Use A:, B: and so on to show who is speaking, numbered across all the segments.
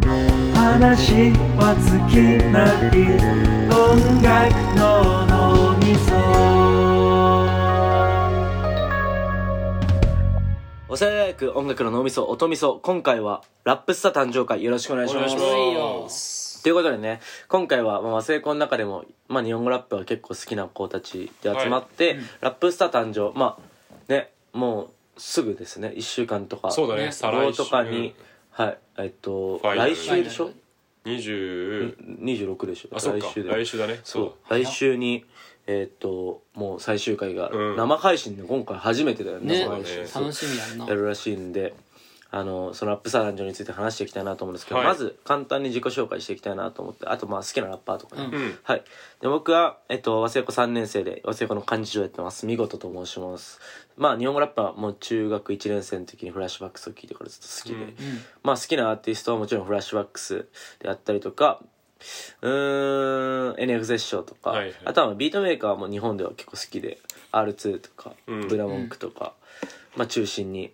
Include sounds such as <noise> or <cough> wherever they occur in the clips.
A: 話は尽きない音楽の脳みそ
B: お世話焼く音楽の脳みそ、音みそ、今回はラップスター誕生会よろしくお願いします。ということでね、今回は、まあ、成功の中でも、まあ、日本語ラップが結構好きな子たちで集まって、ラップスター誕生、まあ、ね、もうすぐですね、1週間とか、
C: そうだね再来週
B: とかに、はい、えっと、
C: ァイナル
B: 来週でしょ
C: 20
B: ?26 でしょ
C: あそっか
B: 来週で。
C: 来週だね
B: そう来週にえーっともう最終回が
C: うん
B: 生配信で今回初めてだよね
D: ね
B: その配
C: そう
B: 信
C: だね
B: そう
D: 楽しみやんな
B: やるらしいんであのそのラップサーランジョについて話していきたいなと思うんですけど、
C: はい
B: まず簡単に自己紹介していきたいなと思ってあとまあ好きなラッパーとかね、
D: うん
C: うん
B: はいで僕は、えっと、和製子3年生で和製子の幹事長やってます見事と申しますまあ日本語ラッパーはもう中学1年生の時にフラッシュバックスを聞いてからずっと好きで、
C: うん
B: まあ好きなアーティストはもちろんフラッシュバックスであったりとかうーん NFZ 賞とか、
C: はいはい
B: あとはまあビートメーカーも日本では結構好きで R2 とか、
C: うん
B: ブラモンクとか、まあ中心に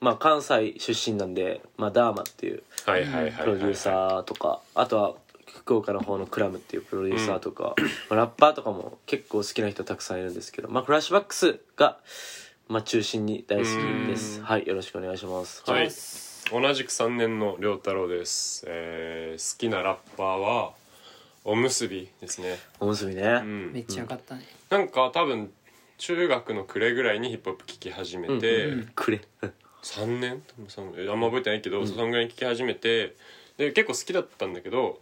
B: まあ関西出身なんで、まあ、ダーマっていう
C: はいはいはいはい
B: プロデューサーとか、あとは福岡の方のクラムっていうプロデューサーと
C: <clears throat>
B: か、まあラッパーとかも結構好きな人たくさんいるんですけど、まあ、フラッシュバックスが、まあ、中心に大好きです
C: うん
B: はいよろしくお願いします
C: はい同じく3年の亮太郎です、えー好きなラッパーはおむすびですね、
B: おむすびね、
C: うん
D: めっちゃよかったね
C: なんか多分中学の暮れぐらいにヒップホップ聴き始めて、
B: く
C: <laughs>
B: れ
C: 3年そのえあんま覚えてないけど、そのぐらいに聴き始めてで結構好きだったんだけど、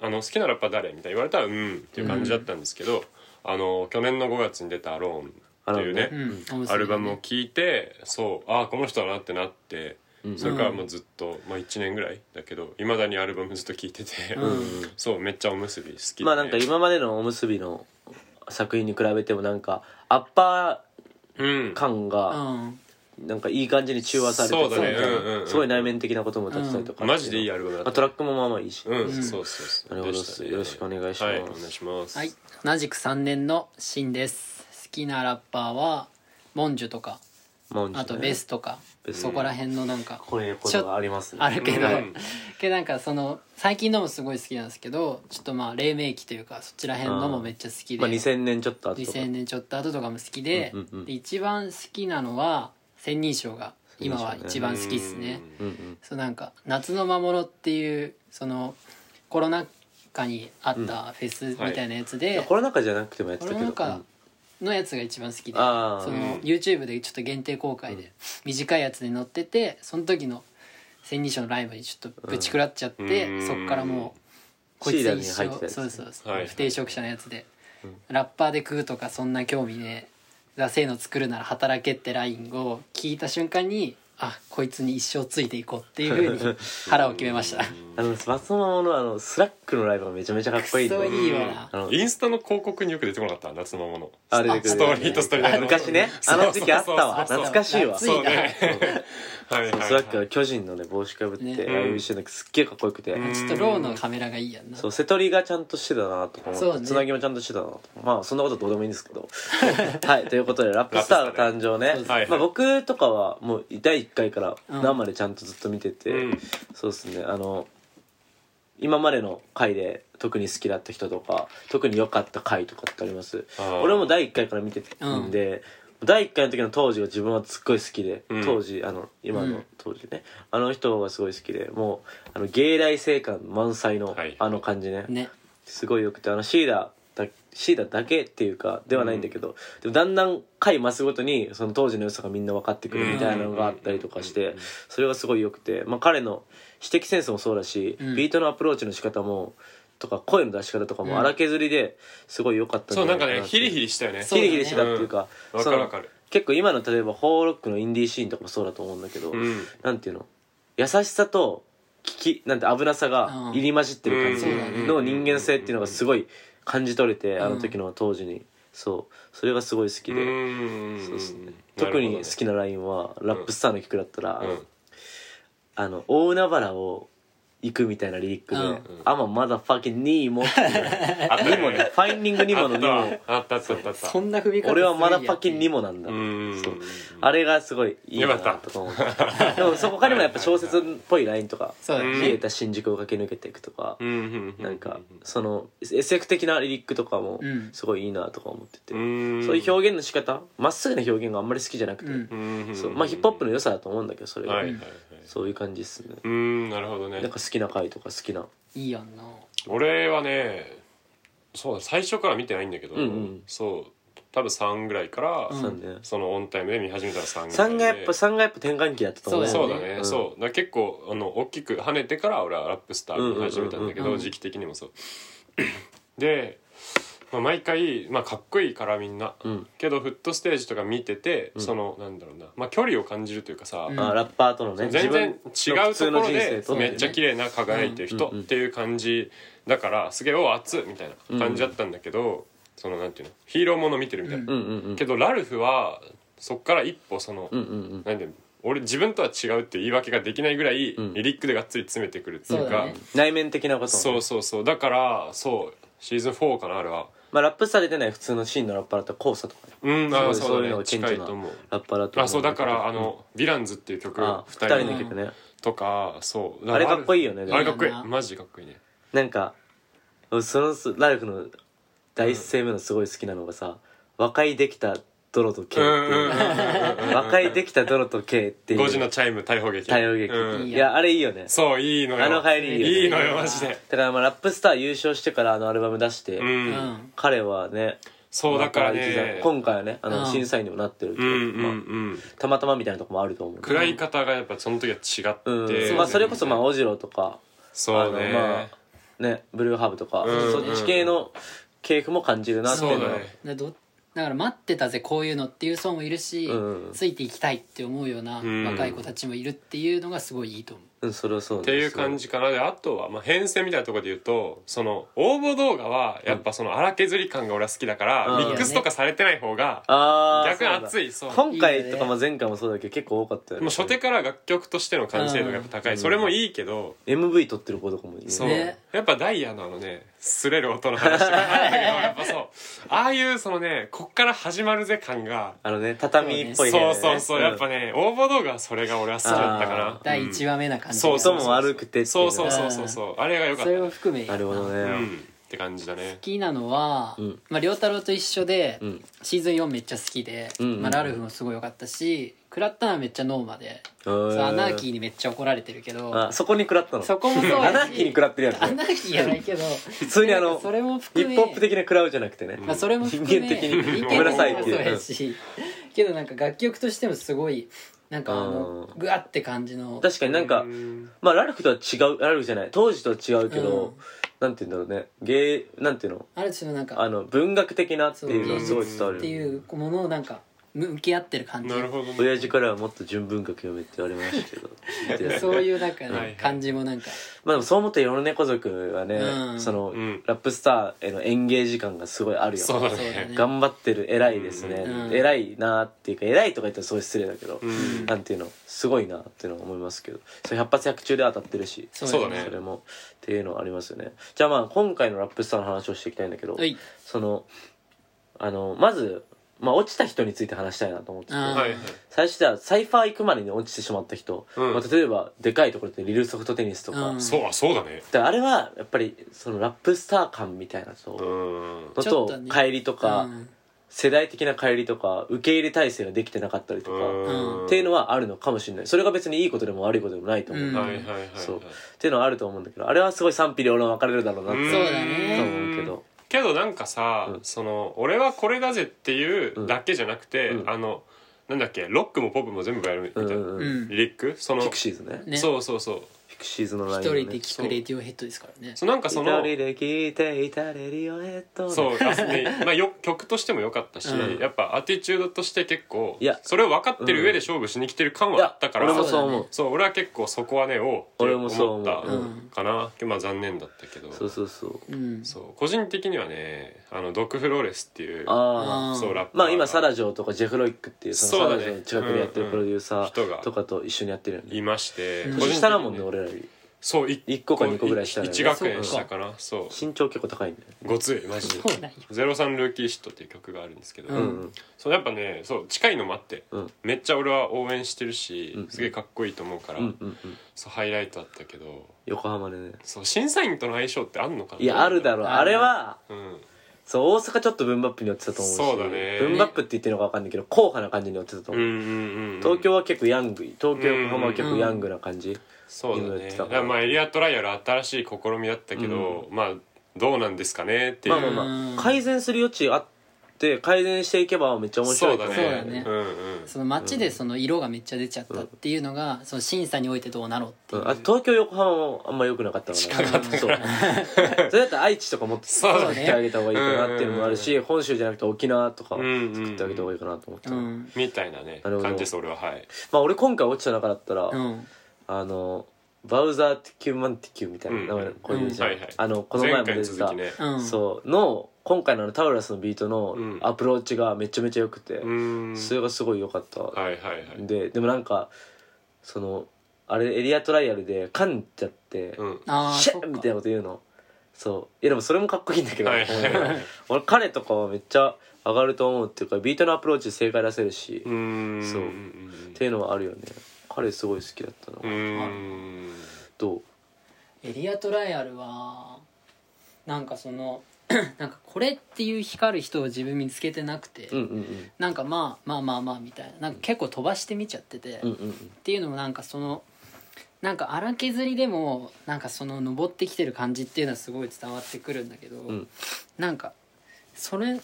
C: あの好きなラッパー誰みたいに言われたらうんっていう感じだったんですけど、あの去年の5月に出た「アローン」っていうね
D: うんおむすびね
C: アルバムを聴いてそうああこの人だなってなって、それからもうずっと、まあ、1年ぐらいだけどいまだにアルバムずっと聴いてて、
D: う
C: <laughs> そうめっちゃおむすび好きで
B: まあなんか今までのおむすびの作品に比べてもなんかアッパ
C: うん
B: ー感
D: う
B: が
D: ん
B: なんかいい感じに中和されて
C: そうだねうんうんうん
B: すごい内面的なことも立ちたりとか、
C: マジでいいアルバムだ
B: まあ
C: っ
B: ト
C: た
B: ラックもまあまあいいし、
C: うん、そうそうそう
B: なるほど
C: でたね
B: よろしくお願いします
C: はい、お願いします
D: はい同じく3年のシンです好きなラッパーはモンジュとか
B: まあ
D: あとベスとか
B: ベス
D: そこら辺のなんか
B: こういうことがありますね
D: あるけど、
C: うん
D: けどなんかその最近のもすごい好きなんですけどちょっとまあ黎明期というかそちら辺のもめっちゃ好きで、
B: まあ2000年ちょっと後とか
D: 2000年ちょっと後とかも好きで,、
B: うんうんうん
D: で一番好きなのは千人称が今は一番好きですね
B: うんうん
D: そうなんか「夏の魔物」っていうそのコロナ禍にあったフェスみたいなやつ
B: い
D: で、
B: やコロナ禍じゃなくてもやって
D: コ
B: たけ
D: ロ
B: ど
D: ナ禍
B: う
D: のやつが一番好きでそ
B: あー
D: の
C: うん
D: YouTube でちょっと限定公開で短いやつで載っててその時の千人称のライブにちょっとぶち食らっちゃって、
C: うん
D: そっからもうこい
B: シ
D: つ
B: ーラに
D: 一
B: 入ってた
D: 生
B: やつ
D: そうそうそう、
C: はい
D: 不定職者のやつで、ラッパーで食うとかそんな興味ねえだせーの作るなら働けってラインを聞いた瞬間にあこいつに一生ついていこうっていうふうに腹を決めました
B: んあの松本のあのスラックのライブがめちゃめちゃかっこいいんで
D: そういいよな
B: あの
C: インスタの広告によく出てこなかった夏のもの
B: あれで
C: ストーリーとストーリー
B: あ昔ねあの時期あったわ
C: そうそうそうそ
B: 懐
C: う
B: かしいわ
D: 夏いな
C: はいはい、はい、
B: スラックが巨人のね帽子かぶって
D: ね
B: ライブしてるのがすっげえかっこよくて、
C: ん
D: ちょっとローのカメラがいいやんな
B: そう瀬戸りがちゃんとしてたなとか思
D: そう
B: って
D: ね
B: つなぎもちゃんとしてたなとまあそんなことどうでもいいんですけ
C: <laughs>
B: どはいということでラップスターの誕生ね
D: ラップス
C: ターねはい
B: まあ、僕とかはもう第1回から
D: うん
B: 生でちゃんとずっと見てて、
C: うん
B: そうですねあの今までの回で特に好きだった人とか特に良かった回とかってあります
C: あー
B: 俺も第1回から見てるんで、第1回の時の当時が自分はすっごい好きで、
C: うん
B: 当時あの今
D: う
B: の
D: ん
B: 当時ね、あの人がすごい好きでもうあの芸大生感満載の
C: はい
B: あの感じね、
D: ね
B: すごいよくてあのシーダだシーダだけっていうかではないんだけど、でもだんだん回増すごとにその当時の良さがみんな分かってくるみたいなのがあったりとかし
C: うんうん
B: て
C: うんうん
B: それがすごいよくて、まあ、彼の指摘センスもそうだし、
D: うん
B: ビートのアプローチの仕方もとか声の出し方とか
D: うん
B: も荒削りですごい良かった
C: そうなんかね
B: なって
C: ヒリヒリしたよね
D: そう
B: ヒリヒリしてたっていうか,、
C: うんわかるわかる
B: 結構今の例えばホーロックのインディーシーンとかもそうだと思うんだけど、
C: うん
B: なんていうの優しさと危機なんて危なさが入り混じってる
D: うんそうだ
B: 感じ
D: ね
B: の人間性っていうのがすごい感じ取れて
D: ん
B: あの時の当時にそうそれがすごい好きで
C: うん
B: そうですね特に好きなラインはラップスターの曲だったら
C: な
B: あの大海原を行くみたいなリリックで
D: うん
B: 「あままだファキンニーモ」って
C: <laughs>
B: いう
C: あった
B: ニモね
C: ね
B: ファインディングニモのニモ
C: あったあったあったあった
D: そんな踏み方
B: 俺はまだファキンニ
D: にも
B: モなんだ
C: うん
B: そうあれがすごいいいな
C: よかった
B: と思ってでもそこ他にもやっぱ小説っぽいラインとか
D: そうだね
B: 冷えた新宿を駆け抜けていくとか
C: うんうんうん
B: なんかその SF 的なリリックとかも
D: うん
B: すごいいいなとか思ってて、
C: ん
B: そういう表現の仕方まっすぐな表現があんまり好きじゃなくて、
D: うん
C: うん
B: そうまあヒップホップの良さだと思うんだけどそれが、
C: はいはいはい
B: そういう感じですね、
C: うんなるほどね
B: なんか好きな回とか好きない
D: いやんな
C: 俺はねそうだ最初から見てないんだけど、
B: うんうん
C: そう多分3ぐらいから、
D: うん
B: さんね、
C: そのオンタイムで見始めたら3ぐらい
B: 3がやっぱ3がやっぱ転換期だったと思う
C: そうだ
D: そう
C: ね、
B: ん
C: そうだから結構あの大きく跳ねてから俺はラップスター見始めたんだけど、
D: うんうんうんうん
C: 時期的にもそうで、まあ、毎回、まあ、かっこいいからみんな、
B: うん
C: けどフットステージとか見てて、そのなんだろうな、まあ、距離を感じるというかさ、
D: うん
B: あラッパーとのね
C: 全然違うところでめっちゃ
B: き
C: 綺麗な輝いてる人
B: うん
C: っていう感じだからすげえ「お熱っ!」みたいな感じだったんだけどそのなんていうのヒーローもの見てるみたいな
B: うんうんうん
C: けどラルフはそっから一歩その
B: うんうん
C: なんで俺自分とは違うって言い訳ができないぐらい
B: ん
C: リリックでがっつり詰めてくるっていう
D: そうだ
C: か
D: ね
B: 内面的なことも
C: そうそうそうだからそうシーズン4かなあれは
B: まあラップされてない普通のシーンのラッパーだと交差とかね
C: うんああ
B: そう
C: そう
B: いうの
C: だね
B: が顕
C: 近
B: 著
C: い
B: な
C: と思う
B: ラッパーだと思
C: あそうだからあの「ヴィランズ」っていう曲
B: あ二
C: 二人
B: 人の
C: の
B: 曲ね
C: とかそうだ
B: あれ
C: ら
B: かっこいいよね
C: あれかっこいい
D: でも
C: マジでかっこいいね
B: なんかそのラルフの第一声目のすごい好きなのがさ「和解できた泥と K」って
C: うんうんうんうん
B: いう「和解できた泥と K」って
C: <laughs>
B: いう
C: 5時のチャイム逮捕劇
B: 対応劇
C: うん
D: い
B: いやあれいいよね
C: そういいのよ
B: あの入りいいよね
C: いいのよマジで
B: だからまあラップスター優勝してからあのアルバム出して、
C: う
D: うんん
B: 彼はね
C: そうだから
B: また一
C: ね
B: 段今回はねあ
D: う
B: の
D: ん
B: 審査員にもなってるって
C: うん
B: いう
C: うんう
B: まあ
C: ん
B: たまたまみたいなとこもあると思う
C: 暗い方がやっぱその時は違
B: う
C: っ
B: ん
C: て
B: まあ、それこそまあオジロとか
C: そう
B: あのま
C: ね
B: あねブルーハーブとか、
C: うん
B: そっち系の系譜も感じるなってい
C: そうう
B: のは
C: だね
D: でどだから待ってたぜこういうのっていう層もいるし、
B: うん
D: ついていきたいって思うような
C: うん
D: 若い子たちもいるっていうのがすごいいいと思う、
B: うんそれはそうっ
C: っていう感じかなであとはまあ編成みたいなところで言うとその応募動画はやっぱその荒削り感が俺は好きだから
B: うん
C: ミックスとかされてない方が
B: ああ
C: 逆に熱いそう
B: 今回とかも前回もそうだけど結構多かったよね
C: もう初手から楽曲としての完成度がやっぱ高いそれもいいけど
B: MV 撮ってる子とかもいいね
C: そう、
D: ね
C: やっぱダイヤのあのね擦れる音の話とかあるんだけどやっぱ <laughs> そうああいうそのねこっから始まるぜ感が、
B: あのね畳っぽい部屋
C: そう
B: でね
C: そうそう、やっぱね応募動画はそれが俺は好きだったか
B: あ
C: な
B: ー
D: 第1話目な感じ
C: そう
B: 音
C: そう
B: も悪くてってい
C: そうそうう
B: ね
C: そうそうそうあれが良かっ
D: そ
C: た
D: れ
C: ね
D: を含め
B: なるほどね、
C: うんって感じだね
D: 好きなのは、
B: うん
D: まあ、両太郎と一緒で、
B: うん
D: シーズン4めっちゃ好きで、
B: うんうんうん
D: まあ、ラルフもすごい良かったしクラッターはめっちゃノーマで、そうアナーキーにめっちゃ怒られてるけど
B: あそこに食らったの
D: そこもそうやし
B: <laughs> アナーキーに食らってるやつ
D: アナーキーやないけど
B: 普通にあの
D: それも
B: ヒ
D: 含め
B: ップホップ的な食らうじゃなくてね、
D: まあ、それも含め
B: 人間的に
D: 人間
B: ごめんなさいって
D: も
B: いう
D: そうやしけどなんか楽曲としてもすごいなんかあの
B: うん
D: グワって感じの
B: 確かになんか、
C: うん
B: まあラルフとは違うラルフじゃない当時とは違うけど、
D: うん
B: なんて言うんだろうね芸なんていうの
D: ある種のなん
B: あ
D: か
B: の文学的なっていうのはすごい伝わる
D: っ
B: よ
D: て
B: ね
D: いうものをなんか向き合ってる感じ
C: なるほどね
B: 親父からはもっと純文学読めって言われましたけどで
D: <laughs> そういうなんかね
C: はいはい
D: 感じもなんか
B: まあでもそう思って世の猫族はね、
D: うん
B: その、
C: うん
B: ラップスターへの演芸時間がすごいあるよ
C: そうだ
D: そうだ
C: ね
D: ね
B: 頑張ってる偉いですね、
D: うん
B: 偉いなっていうか偉いとか言ったらすごい失礼だけど、
C: うん
B: なんていうのすごいなっていうのは思いますけどそれ百発百中で当たってるし
D: そうだ
C: ね
B: れもっていうのはありますよねじゃあまあ今回のラップスターの話をしていきたいんだけど、
D: はい
B: そのあのまず、まあ、落ちた人について話したいなと思ってて
D: あー
C: はいはい
B: 最初じゃあサイファー行くまでに落ちてしまった人、
C: うん
B: まあ、例えばでかいところでリルソフトテニスとか、
D: うん
C: そうあそうだね
B: であれはやっぱりそのラップスター感みたいなと、
C: うん
B: の
D: ちょ
B: と
D: っとね
B: 帰りとか、
D: うん
B: 世代的な帰りとか受け入れ体制ができてなかったりとか、
D: うん
B: っていうのはあるのかもしれないそれが別にいいことでも悪いことでもないと思う、
D: うん
B: っ
C: はいはいはいはい
B: そうていうのはあると思うんだけどあれはすごい賛否両論分かれるだろうなって、
C: ん
D: そうだね
B: と思うけど
C: けどなんかさ、
B: うん
C: その俺はこれだぜっていうだけじゃなくて、
B: うん
C: あのなんだっけロックもポップも全部やるみた
B: う
C: い
B: ん
C: な、
B: うん
D: う
B: うん
D: ん
C: リリックその
B: ピクシーズね
D: ね
C: そうそうそう
B: ピクシーズのライ
D: 一
B: ン、ね、
D: 人で聴くレディオヘッドですからね
C: そうなんかその
B: 一人で聞いていたレディオヘッド
C: そうあねまあ、よ <laughs> 曲としても良かったし、
D: うん
C: やっぱアティチュードとして結構
B: いや
C: それを分かってる上で勝負しに来てる感
B: い
C: はあ
B: や
C: ったから
B: 俺もそう思う
C: そう俺は結構そこはねおう
B: 俺もそう思う
C: って思
D: う
C: っ
D: ん
C: たかな、まあ残念だったけど
B: そうそうそう
D: うん
C: そう個人的にはねあのドク・フローレスっていう
B: ああ
D: ー
C: そうラッパー
B: まあ今
C: が
B: サラジョーとかジェフ・ロイックっていうその
C: そ
B: サラ
C: うだ
B: ジョー
C: ね
B: の近くでやってるプロデューサ
C: うんうん人
B: ー
C: が
B: とかと一緒にやってるよね
C: いまして、
D: うん
C: 個人的に
B: 年下だもんね俺らより
C: そう
B: 一個か二個ぐらい下だよね
C: 1学年したかなそう
B: 身長結構高いんだよ
C: ごついマジで
D: そうなんよ
C: 「ゼロ三ルーキーシット」っていう曲があるんですけど、
D: う
B: うんん
C: そうやっぱねそう近いのもあって、
B: うん
C: めっちゃ俺は応援してるし、
B: うん
C: すげえかっこいいと思うから、
B: うんうんうん
C: そうハイライトあったけど
B: 横浜でね
C: そう審査員との相性ってあんのかない
B: いやあるだろう
D: ある
B: あれは
C: うん
B: そう大阪ちょっとブンバップに寄ってたと思うし
C: そうだね
B: ブンバップって言ってるのか分かんないけど硬派な感じに寄ってたと
C: うん
B: 思う、
C: うんうん
B: 東京は結構ヤング東京横浜は結構ヤングな感じ、
C: そうだ
B: 今やっ
C: ね
B: てた
C: だか
B: から
C: らまあエリアトライアル新しい試みだったけど、まあどうなんですかねっていう、
B: まあまあま
D: うん
B: あ改善する余地あって改善していけばめっちゃ面白い
C: そ
B: うと
C: だ
B: 思
C: ね
B: う
D: そうだね
C: うんうん
D: その街でその色がめっちゃ出ちゃったっていうのが、その審査においてどうなのっていうう、
B: んあと東京横浜もあんま良くなかったから
D: 近かった <laughs>
B: そうそれだったら愛知とかもっと
C: そうだ
D: ね
B: 作ってあげた方がいいかなっていうのもあるし本州じゃなくて沖縄とか
C: うんうん
B: 作ってあげた方がいいかなと思った、
D: うん
C: みたいなね
B: なるほど
C: 感じです俺ははい
B: まあ俺今回落ちた中だったら、
D: うん
B: あのバウザーティキューマンティキューみたいな名前の
C: うん
B: こういうじゃん、
C: うんはいはい
B: あのこの前
C: 前
B: も出
C: 回に
B: てた
C: 続きね
D: うん
B: そうの今回のあのタウラスのビートの
C: うん
B: アプローチがめちゃめちゃ良くて、
C: うん
B: それがすごい良かった、
C: はいはいはい
B: ででもなんかそのあれエリアトライアルで噛んじゃって
C: うん
D: ああ
B: シェッみたいなこと言うのそういやでもそれもかっこいいんだけど、
C: はいはいはい
B: <laughs> 俺彼とかはめっちゃ上がると思うっていうかビートのアプローチで正解出せるし、
C: う
B: っ
C: ーん
B: そうていうのはあるよね彼すごい好きだったな、
C: うーん
B: どう
D: エリアトライアルはなんかその <clears throat> なんかこれっていう光る人を自分見つけてなくて、
B: うんうんうん
D: なんかまあまあまあまあみたいななんか結構飛ばして見ちゃってて、
B: うん
D: っ
B: うんうん
D: ていうのもなんかそのなんか荒削りでもなんかその登ってきてる感じっていうのはすごい伝わってくるんだけど、
B: ん
D: なんかそれ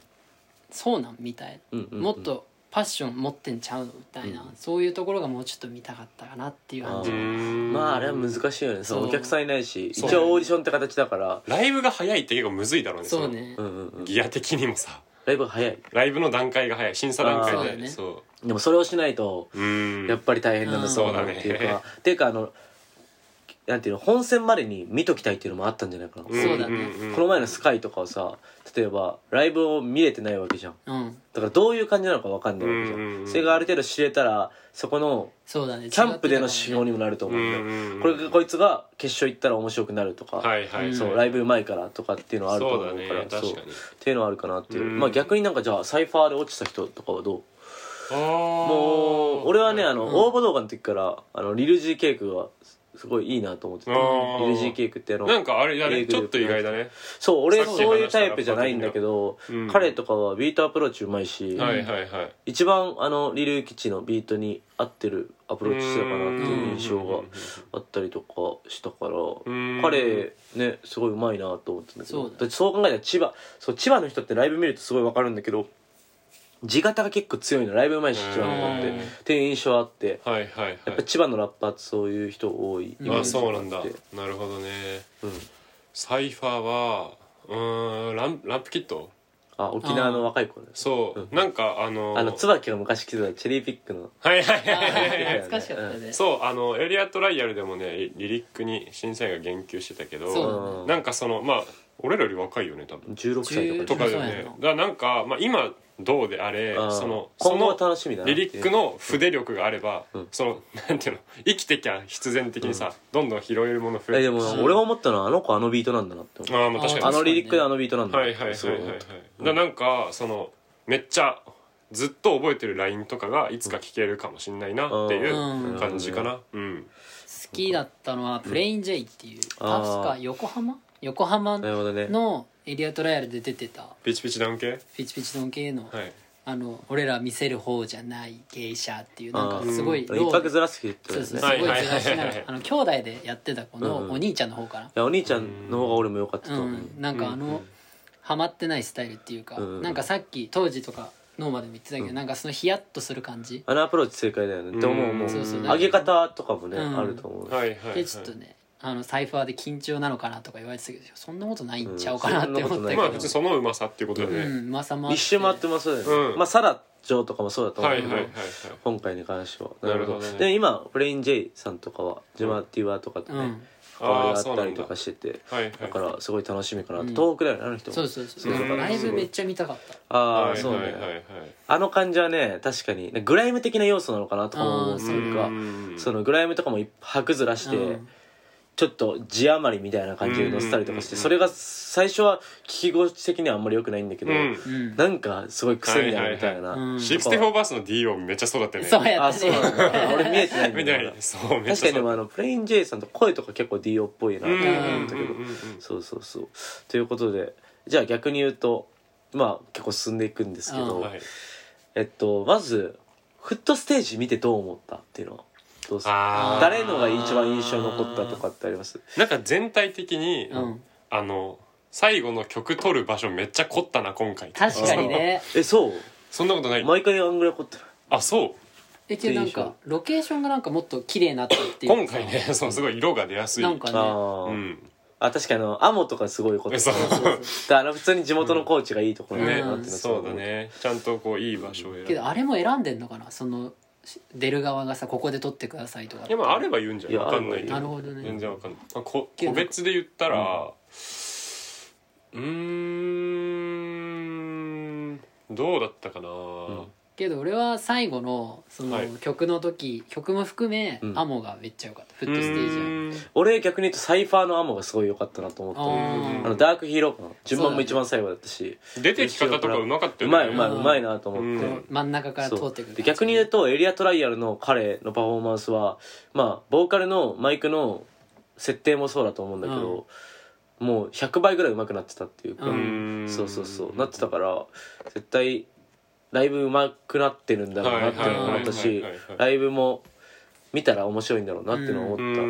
D: そうなんみたいな、
B: うんうんうん
D: もっとパッション持ってんちゃうのみたいな、そういうところがもうちょっと見たかったかなっていう感じ
C: うーん
B: まああれは難しいよねその
D: そう
B: お客さんいないし一
C: そう
B: 応オーディションって形だから
C: ライブが早いって結構むずいだろうね
D: そう
C: の
D: ね、
B: うんうんうん
C: ギア的にもさ
B: ライブが早い
C: ライブの段階が早い審査段
D: あー
C: 階
D: そうだ
C: で
D: ね
C: そ
B: でもそれをしないと
C: ううーん
B: やっぱり大変なんだそうなっていう
C: <laughs> うんそうだ
B: かっていうかあのなんていうの本戦までに見ときたいっていうのもあったんじゃないかなこ
C: ん
D: そうだね
C: んん
B: の前のスカイとかはさ例えばライブを見れてないわけじゃん
D: うん、
B: だからどういう感じなのかわかんないわけじゃ
C: うんうんうんん
B: それがある程度知れたらそこの
D: そうだね
B: キャンプでの指
D: 違っ
B: 標
D: て
B: にもなると思うんだよ
C: うんうんうん
B: これがこいつが決勝行ったら面白くなるとか
C: はいはい
B: そううんライブ前からとかっていうのはあると思う
C: そうだ
B: か
C: ね
B: らそう
C: 確かに
B: っていうのはあるかなっていう
C: うん
B: まあ逆になんかじゃあサイファーで落ちた人とかはどうも
C: も
B: う俺はねあの応募動画の時からあのリルジーケイクがすすごいいいなと思ってて
C: あー
B: リルジーケイクってあの
C: なんかあれだね
B: A グ
C: ち
B: ルー
C: ょっ
B: プ
C: と意外だね
B: そう俺
C: さっき話した
B: そういうタイプじゃないんだけど
C: 的にはうん
B: 彼とかはビートアプローチうまいし、
C: はいはいはい
B: 一番あのリルーキチのビートに合ってるアプローチしてたかなっていう印象があったりとかしたから
C: ん
B: 彼ねすごいうまいなと思ったんだけど
D: そうだね
B: だってそう考えたら千葉そう千葉の人ってライブ見るとすごいわかるんだけど地形が結構強いのライブうまいし千葉の人
D: うん
B: ってっていう印象あって
C: はいはいはい
B: やっぱ千葉のラッパーってそういう人多いイメー
C: あ
B: ジ
C: そうなんだ
B: があって
C: なるほどね
B: うん
C: サイファーはうーんランランプキット
B: あ沖縄の若い子ね
C: そう、なんかあの
B: あの椿が昔着てたチェリーピックの
C: はいはいはい
D: あ
C: はい
D: ー
C: はい
D: <laughs> 懐かしかったね、
C: そうあのエリアトライアルでもねリリックに審査員が言及してたけ
D: そう
C: ど
D: だね
C: なんかそのまあ俺らより若いよね多分
B: 16歳とか
C: とかだよ
D: そうや
C: ねだ
D: な
C: からなんか、まあ、今どうであれ
B: あー
C: そのそ
B: 今後は
C: の
B: 楽しみだな
C: リ
B: っていう
C: リックの筆力があれば、
B: うん
C: そのなんていうの生きてきゃ必然的にさ、どんどん拾えるもの増
B: え
C: えて
B: で
C: く
B: も
C: るし
B: 俺が思ったのはあの子あのビートなんだなって思う
C: ああまあ確
B: あ
C: かに
B: のリリックであのビートなんだな
C: はいはいはいはい
B: そう
C: はい、だからなんかそのめっちゃずっと覚えてるラインとかがいつか聞けるかもしんないなっていううん感じかなうん
D: 好きだったのは「プレイン J」っていう確
B: あー
D: か横浜横浜
B: なるほどね
D: のエリアトライアルで出てた
C: ピチピチダウン系
D: ピチピチドン系の,、
C: はい
D: あの俺ら見せる方じゃない芸者っていうなん
B: あ
D: か
B: ー
D: すごいロー
B: 一泊ずらす日って
D: そう
B: や
D: で
B: つ
D: すね
B: ね
D: すごいずらし
C: はい
D: な
C: はいはいは
D: がら
C: い
D: あの兄弟でやってた子
B: うんう
D: の
B: ん
D: お兄ちゃんの方かな、
B: いやお兄ちゃんの方が俺も良かった
D: う
B: と
D: ん
B: 思う
D: なんかあの、ハマってないスタイルっていうか、
B: うん
D: なんかさっき当時とかノーマでも言ってたけど、なんかそのヒヤッとする感じ、
B: あのアプローチ正解だよねって思うもう
D: そうそう
B: 上げ方とかもね
D: うん
B: あると思う
C: はいはいはい
D: でちょっとねあのサイファーで緊張なのかなとか言われてたけどそんなことないんちゃうかなって思ったけ
C: ま
D: ど、
C: あ別にそのうまさっていうことだ
D: う
C: よね、
D: ん、まさもあ
B: 一周回ってもそうだよね
C: うん
B: まあサラジョーとかもそうだと思
C: は
B: う
C: い
B: け
C: は
B: ど
C: いはいはい
B: 今回に関しては
C: なるほどね
B: でも今プレイン J さんとかはジェマティワとかと
D: う
B: ね
D: ん
B: 関わりがあ
C: あーそう
B: った
C: な
B: り
C: んだ
B: とかしてて
C: はいはい
B: だからすごい楽しみかなって東北だよねあの人も
D: そうそうそう
C: そう
D: ライブめっちゃ見たかった
B: あ
C: は
B: あ
C: い
B: そう
C: はいはいは
B: ね
C: い
B: あの感じはね確かにグライム的な要素なのかなとかも思うっていう
C: う
B: か
C: ん
B: そのグライムとかもいっぱい白ずらして
D: うん
B: ちょっと字余りみたいな感じで載せたりとかして、
C: うんうんうんう
B: そ
C: ん
B: れが最初は聞き心地的にはあんまり良くないんだけど、
C: うん
D: うん
B: なんかすごい癖になるみたいな、
D: はいはいはいうん
C: 64バースの D 音めっちゃそうだったよね
D: そうや
B: あ
D: った
B: そうなん
D: ね
B: だ俺見えてないんだ
C: <laughs>
B: よ
C: みた
B: ま
C: い
B: だ
C: なそうめっ
B: 確
C: ち
B: か
C: ゃ
B: にで
C: そう
B: もあのプレイン J さんと声とか結構 DO っぽいな
C: う
B: っ
C: んう
B: て
C: ん
B: 思ったけ
C: う
B: ど、
C: んうん
B: そうそうそうということでじゃあ逆に言うとまあ結構進んでいくんですけ
C: う
B: ど、
C: んはい
B: えっとまずフットステージ見てどう思ったっていうのはどうですか
C: あー
B: 誰のが一番印象残ったとかってあります
C: なんか全体的に、
D: うん
C: あの最後の曲取る場所めっちゃ凝ったな今回
D: 確かにね
B: えそう
C: そんなことない
B: 毎回あんぐらい凝ってる
C: あそう
D: えけどなんかロケーションがなんかもっと綺麗になったっていうか
C: 今回ねそうすごい色が出やすい
D: なんか
B: あ
D: ね
B: ー、
C: うん
B: あ確かにあのアモとかすごい凝って
C: え
B: る
C: そう
B: だから普通に地元のコーチがいいところに
C: ね
B: なってる
C: そうだねちゃんとこういい場所を選
D: け
C: ぶ
D: どあれも選んでんのかなそのし出る側がさここで撮ってくださいとか
C: でもあれば言うんじゃない
B: いや
C: わかんないけ
D: なる
C: ど
D: ほどね
C: 全然わかんないあこ
D: けど
C: 個別で言ったらうーんどうだったかな、
D: けど俺は最後のその
C: はい
D: 曲の時、曲も含め、
B: うん
D: アモがめっちゃ良かったフ
C: う
D: ットステージは
C: ーん
B: 俺逆に言うとサイファーのアモがすごい良かったなと思った
D: あー
B: あのダークヒーローの順番も一番最後だったし
C: 出てき方とかうまかった
B: う
C: よ
B: ま
C: ね
B: いうまい
D: ん
B: うまいなと思って、
C: う
D: こう真ん中から通
B: そう
D: ってくる感
B: で
D: じ
B: 逆に言うとエリアトライアルの彼のパフォーマンスはまあボーカルのマイクの設定もそうだと思うんだけど、もう100倍ぐらい上手くなってたっていうか、
D: う
C: うん
B: そうそうそうなってたから絶対ライブ上手くなってるんだろうなっていうのも思った
C: はい
B: し
C: はいはいはいはい
B: ライブも見たら面白いんだろうなっていうのを思っ
C: う
B: た、
C: ー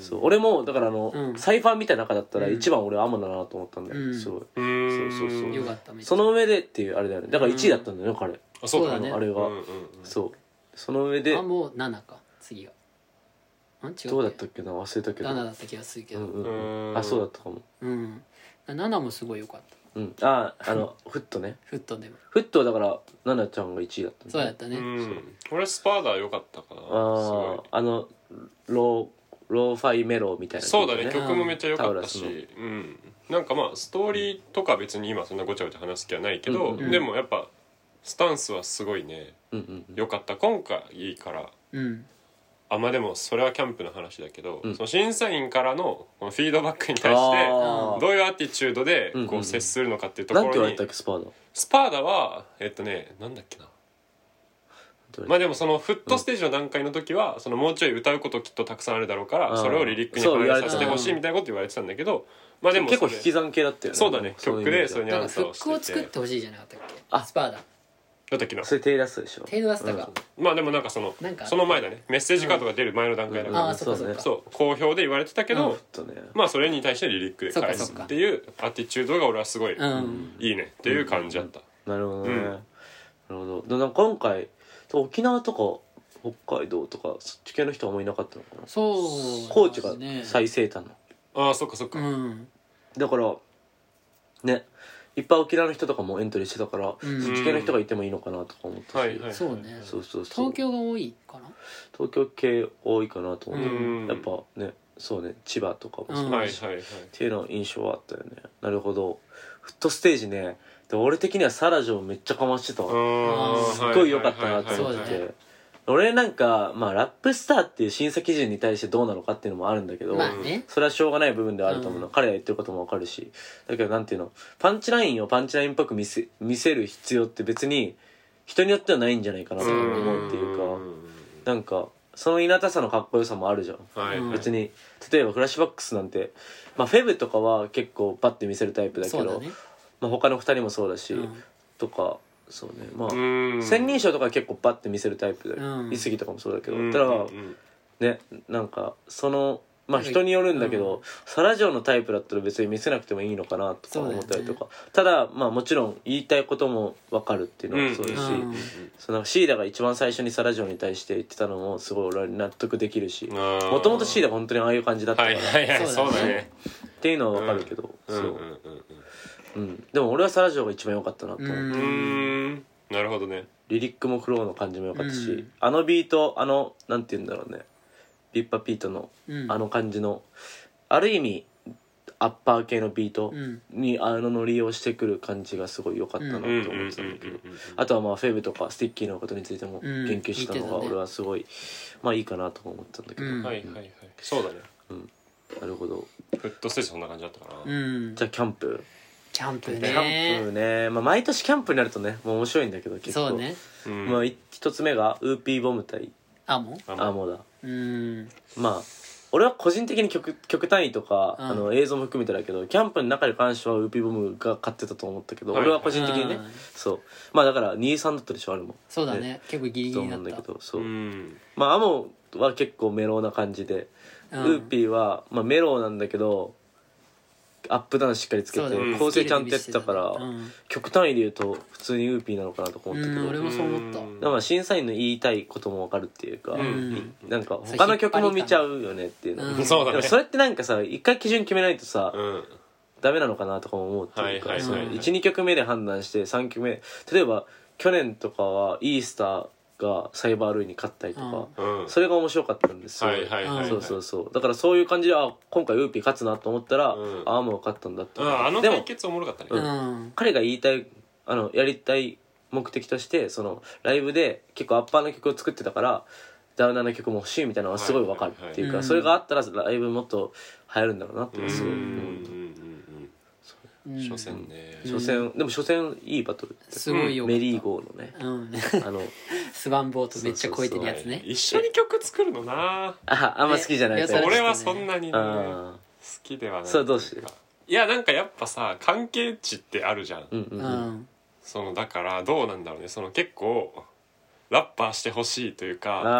C: ん
B: そう俺もだからあの、
D: うん
B: サイファーみたいな中だったら
D: うん
B: 一番俺アモだなと思ったんだよ、
D: うん
B: すごい。
C: うーん
B: そうそうそう
D: よかっためっちゃ
B: その上でっていうあれだよねだから1位だったんだよね、彼
C: あそうだ
D: そうだね
C: ね
B: あれが、
C: うんうんうん
B: そうその上で
D: あもう7か次がん違う
B: どうだったっけな忘れたけど
D: 7だった気がするけ
B: う
D: ど
B: ん
D: うん、
B: うんう、
C: うんん
B: あそうだったかも、
D: 7もすごい良かった
B: うん、ああ
D: <laughs>
B: のフットね
D: フットでも
B: フットはだからナナちゃんが1位だったんだ
D: そうやったね、
C: うん俺スパーダ良かったかなすごい
B: あああのローローファイメロみたいな
C: そうだね
D: 曲
C: 曲もめっちゃ良かった
B: タウラ
C: し、うん、なんかまあストーリーとか別に今そんなごちゃごちゃ話す気はないけど、
B: うん
D: うん
C: でもやっぱスタンスはすごいね
B: うんうん
C: 良かった今回いいから
D: うん
C: あまあでもそれはキャンプの話だけど、
B: うん
C: その審査員からのこのフィードバックに対して
B: あ
C: どういうアティチュードで
B: うんうん
C: こ
B: うん
C: う接するのかっていう
B: あ
C: とこ
B: なんて言
C: ろ
B: われ
C: に、
B: たっけスパーダ
C: スパーダはえっとねなんだっけなまあでもそのフットステージの段階の時は、そのもうちょい歌うこときっとたくさんあるだろうから、
B: うん
C: それをリリックに
B: そう
C: 反
B: 言わ
C: 映
B: れて
C: さ
D: た
C: せてほしいみたいなこと言われてたんだけど、まあでも
B: 結構
C: それ
B: 引き算系だったよね
C: そうだね
B: い
C: 曲で
B: 意味
C: それに
D: だから
C: そ
D: フ
C: う
D: ックを作ってほしいじゃなかったっけ
B: あ
D: スパーダ
C: だったっけな
B: それ手出すでしょ
D: 手出したか、
C: まあでもなんかその
D: なんか
C: その前だねメッセージカードが出る前の段階だ
B: う
C: か
B: ん
C: ら、
D: ああそっかそっ
B: うん
D: か
C: そう好評で言われてたけど、
D: うん
B: ちょっとね
C: まあそれに対してリリックで返
D: そ
C: す
D: っかそっか
C: っていうアティチュードが俺はすごい、
D: うん
C: いいねっていう感じだった、
B: なるほどね、
C: うん
B: なるほどでなんか今回沖縄とか北海道とかそっち系の人はあんまいなかったのかな
D: そう
B: コーチが
D: ね
B: 最西端の
C: ああそっかそっか、
D: うん
B: だからねいっぱい沖縄の人とかもエントリーしてたから、
D: うん
B: そっち系の人がいてもいいのかなとか思ったし、
C: はいはい
D: そうね
B: そうそうそう
D: 東京が多いかな
B: 東京系多いかなと思って、
C: うん
B: やっぱねそうね千葉とかもそうう、っ
D: ん
C: はいはいはい
B: ていうのは印象はあったよねなるほどフットステージねで俺的にはサラジョめっちゃかましてたわ、
D: ー
C: す
B: すっごい良かったなと思
D: はい
B: っ
D: はいはいそう
B: て俺なんか、まあ、ラップスターっていう審査基準に対してどうなのかっていうのもあるんだけど、
D: まあね
B: それはしょうがない部分ではあると思うの、
D: う
B: 彼が言ってることもわかるしだけどなんていうのパンチラインをパンチラインっぽく見せ見せる必要って別に人によってはないんじゃないかなと思うっていうかなんかそのいなたさのかっこよさもあるじゃん
C: はいはい
B: 別に例えばフラッシュバックスなんて、まあ、フェブとかは結構バッて見せるタイプだけ
D: そう
B: ど
D: だね
B: まあ、他の2人もそうだし、
D: うん
B: とかそうねまあ、
C: うん
B: 千人称とか結構バッて見せるタイプで、
D: うん
B: いすぎとかもそうだけど、
C: うん
B: た
C: うん
B: だ
C: うん
B: ねなんかそのまあ
D: なんか
B: 人によるんだけど、サラジオのタイプだったら別に見せなくてもいいのかなとか
D: そうだよ
B: 思
D: ね
B: ったりとか、ただまあもちろん言いたいことも分かるっていうのもそうだし、
D: うん
B: そのシーダが一番最初にサラジオに対して言ってたのもすごい俺は納得できるしも
C: あー
B: ともとシーダが本当にああいう感じだったか
C: は
B: ら、
C: いはいはい
D: そ
C: そう
D: だね
C: うだね
B: っていうのは分かるけど、
C: うん
B: そううん
C: うん
B: うん、でも俺はサラジオが一番良かったなと思って。
D: うん
C: うんうんなるほどね
B: リリックもフローの感じも良かったし、
D: うん
B: あのビートあのなんて言うんだろうねリッパピートの
D: うん
B: あの感じの、ある意味アッパー系のビート
D: うん
B: にあのノリをしてくる感じがすごい良かったなって思ってたんだけど、
C: うんうんうんうんうん
B: あとはまあフェーブとかスティッキーのことについても
D: うん
B: 言及したのが
D: 言ってたね
B: 俺はすごい、まあいいかなとか思ったんだけど、
D: うん
C: はいはいはいそうだね
B: なるほど
C: フットステージそんな感じだったかな、
D: うん
B: じゃあキャンプ、
D: キャンプ
B: キャン
D: ね
B: プね、まあ、毎年キャンプになるとねもう面白いんだけど結構
D: そうね
C: うん
B: まあ、い一つ目がウーピーボム対
D: あも
C: あまあ
B: アーモーダ
D: うん
B: まあ俺は個人的に曲曲単位とか、
D: うん
B: あの映像も含めてだけどキャンプの中に関してはウーピーボムが勝ってたと思ったけど、
C: はい
B: 俺は個人的にね、
D: うん
B: そうまあだから23だったでしょあれも
D: そうだね結構ギリギ
B: と思
D: リだ
B: うんだけ
D: っ
B: どそう、
C: うん
B: まあアモは結構メロウな感じで、
D: た
B: ウーピーは、まあ、メロウなんだけどアップダウンしっかりつけ
D: そう
B: て
D: だね
B: 構成ちゃんとやってたから、
D: うん
B: 極端に言うと普通にウーピーなのかなとか思ったけど、
D: うん俺もそう思った
C: ん
B: だから審査員の言いたいこともわかるっていうか、
D: うん
B: なんか他の曲も見ちゃうよねっていうの、
D: うん
C: そうだ
B: でも
C: ね
B: それってなんかさ一回基準決めないとさ、
C: うん
B: ダメなのかなとかも思うっていうか、
C: はい
D: はいはい
B: その12曲目で判断して3曲目例えば去年とかはイースターがサイバールーイに勝ったりとか、
C: うん
B: それが面白かったんですよ、
C: はいはいはいはい
B: そうそうそうだからそういう感じであ今回ウーピー勝つなと思ったら、
C: うん
B: ああもう勝ったんだって、
C: うんあの
B: でも
C: 対決おもろかったね
B: う
D: うん
B: 彼が言いたいあのやりたい目的としてそのライブで結構アッパーの曲を作ってたからダウナーの曲も欲しいみたいなのはすごい分かるっていうか、
D: はいはいはい
B: それがあったらライブもっと流行るんだろうなっていうのはす
C: う
B: ごい、
C: ん
B: うん
D: うん
C: 初戦ね
B: 初戦でも初戦いいバトルだった
D: すごいよ
B: メリーゴーのね
D: うん <laughs>
B: あの
D: スワンボートめっちゃ超えてるやつね
C: 一緒に曲作るのな
B: ああんま好きじゃない
D: ね
B: タイプ
D: い
C: 俺
D: や
C: はそんなにね好
B: あ
C: きではない
B: それどうしてる
C: いやなんかやっぱさ関係値ってあるじゃん、
B: ーうんう
D: うん
B: うん
D: ん
C: そのだからどうなんだろうねその結構ラッパーしてほしいというか
B: あ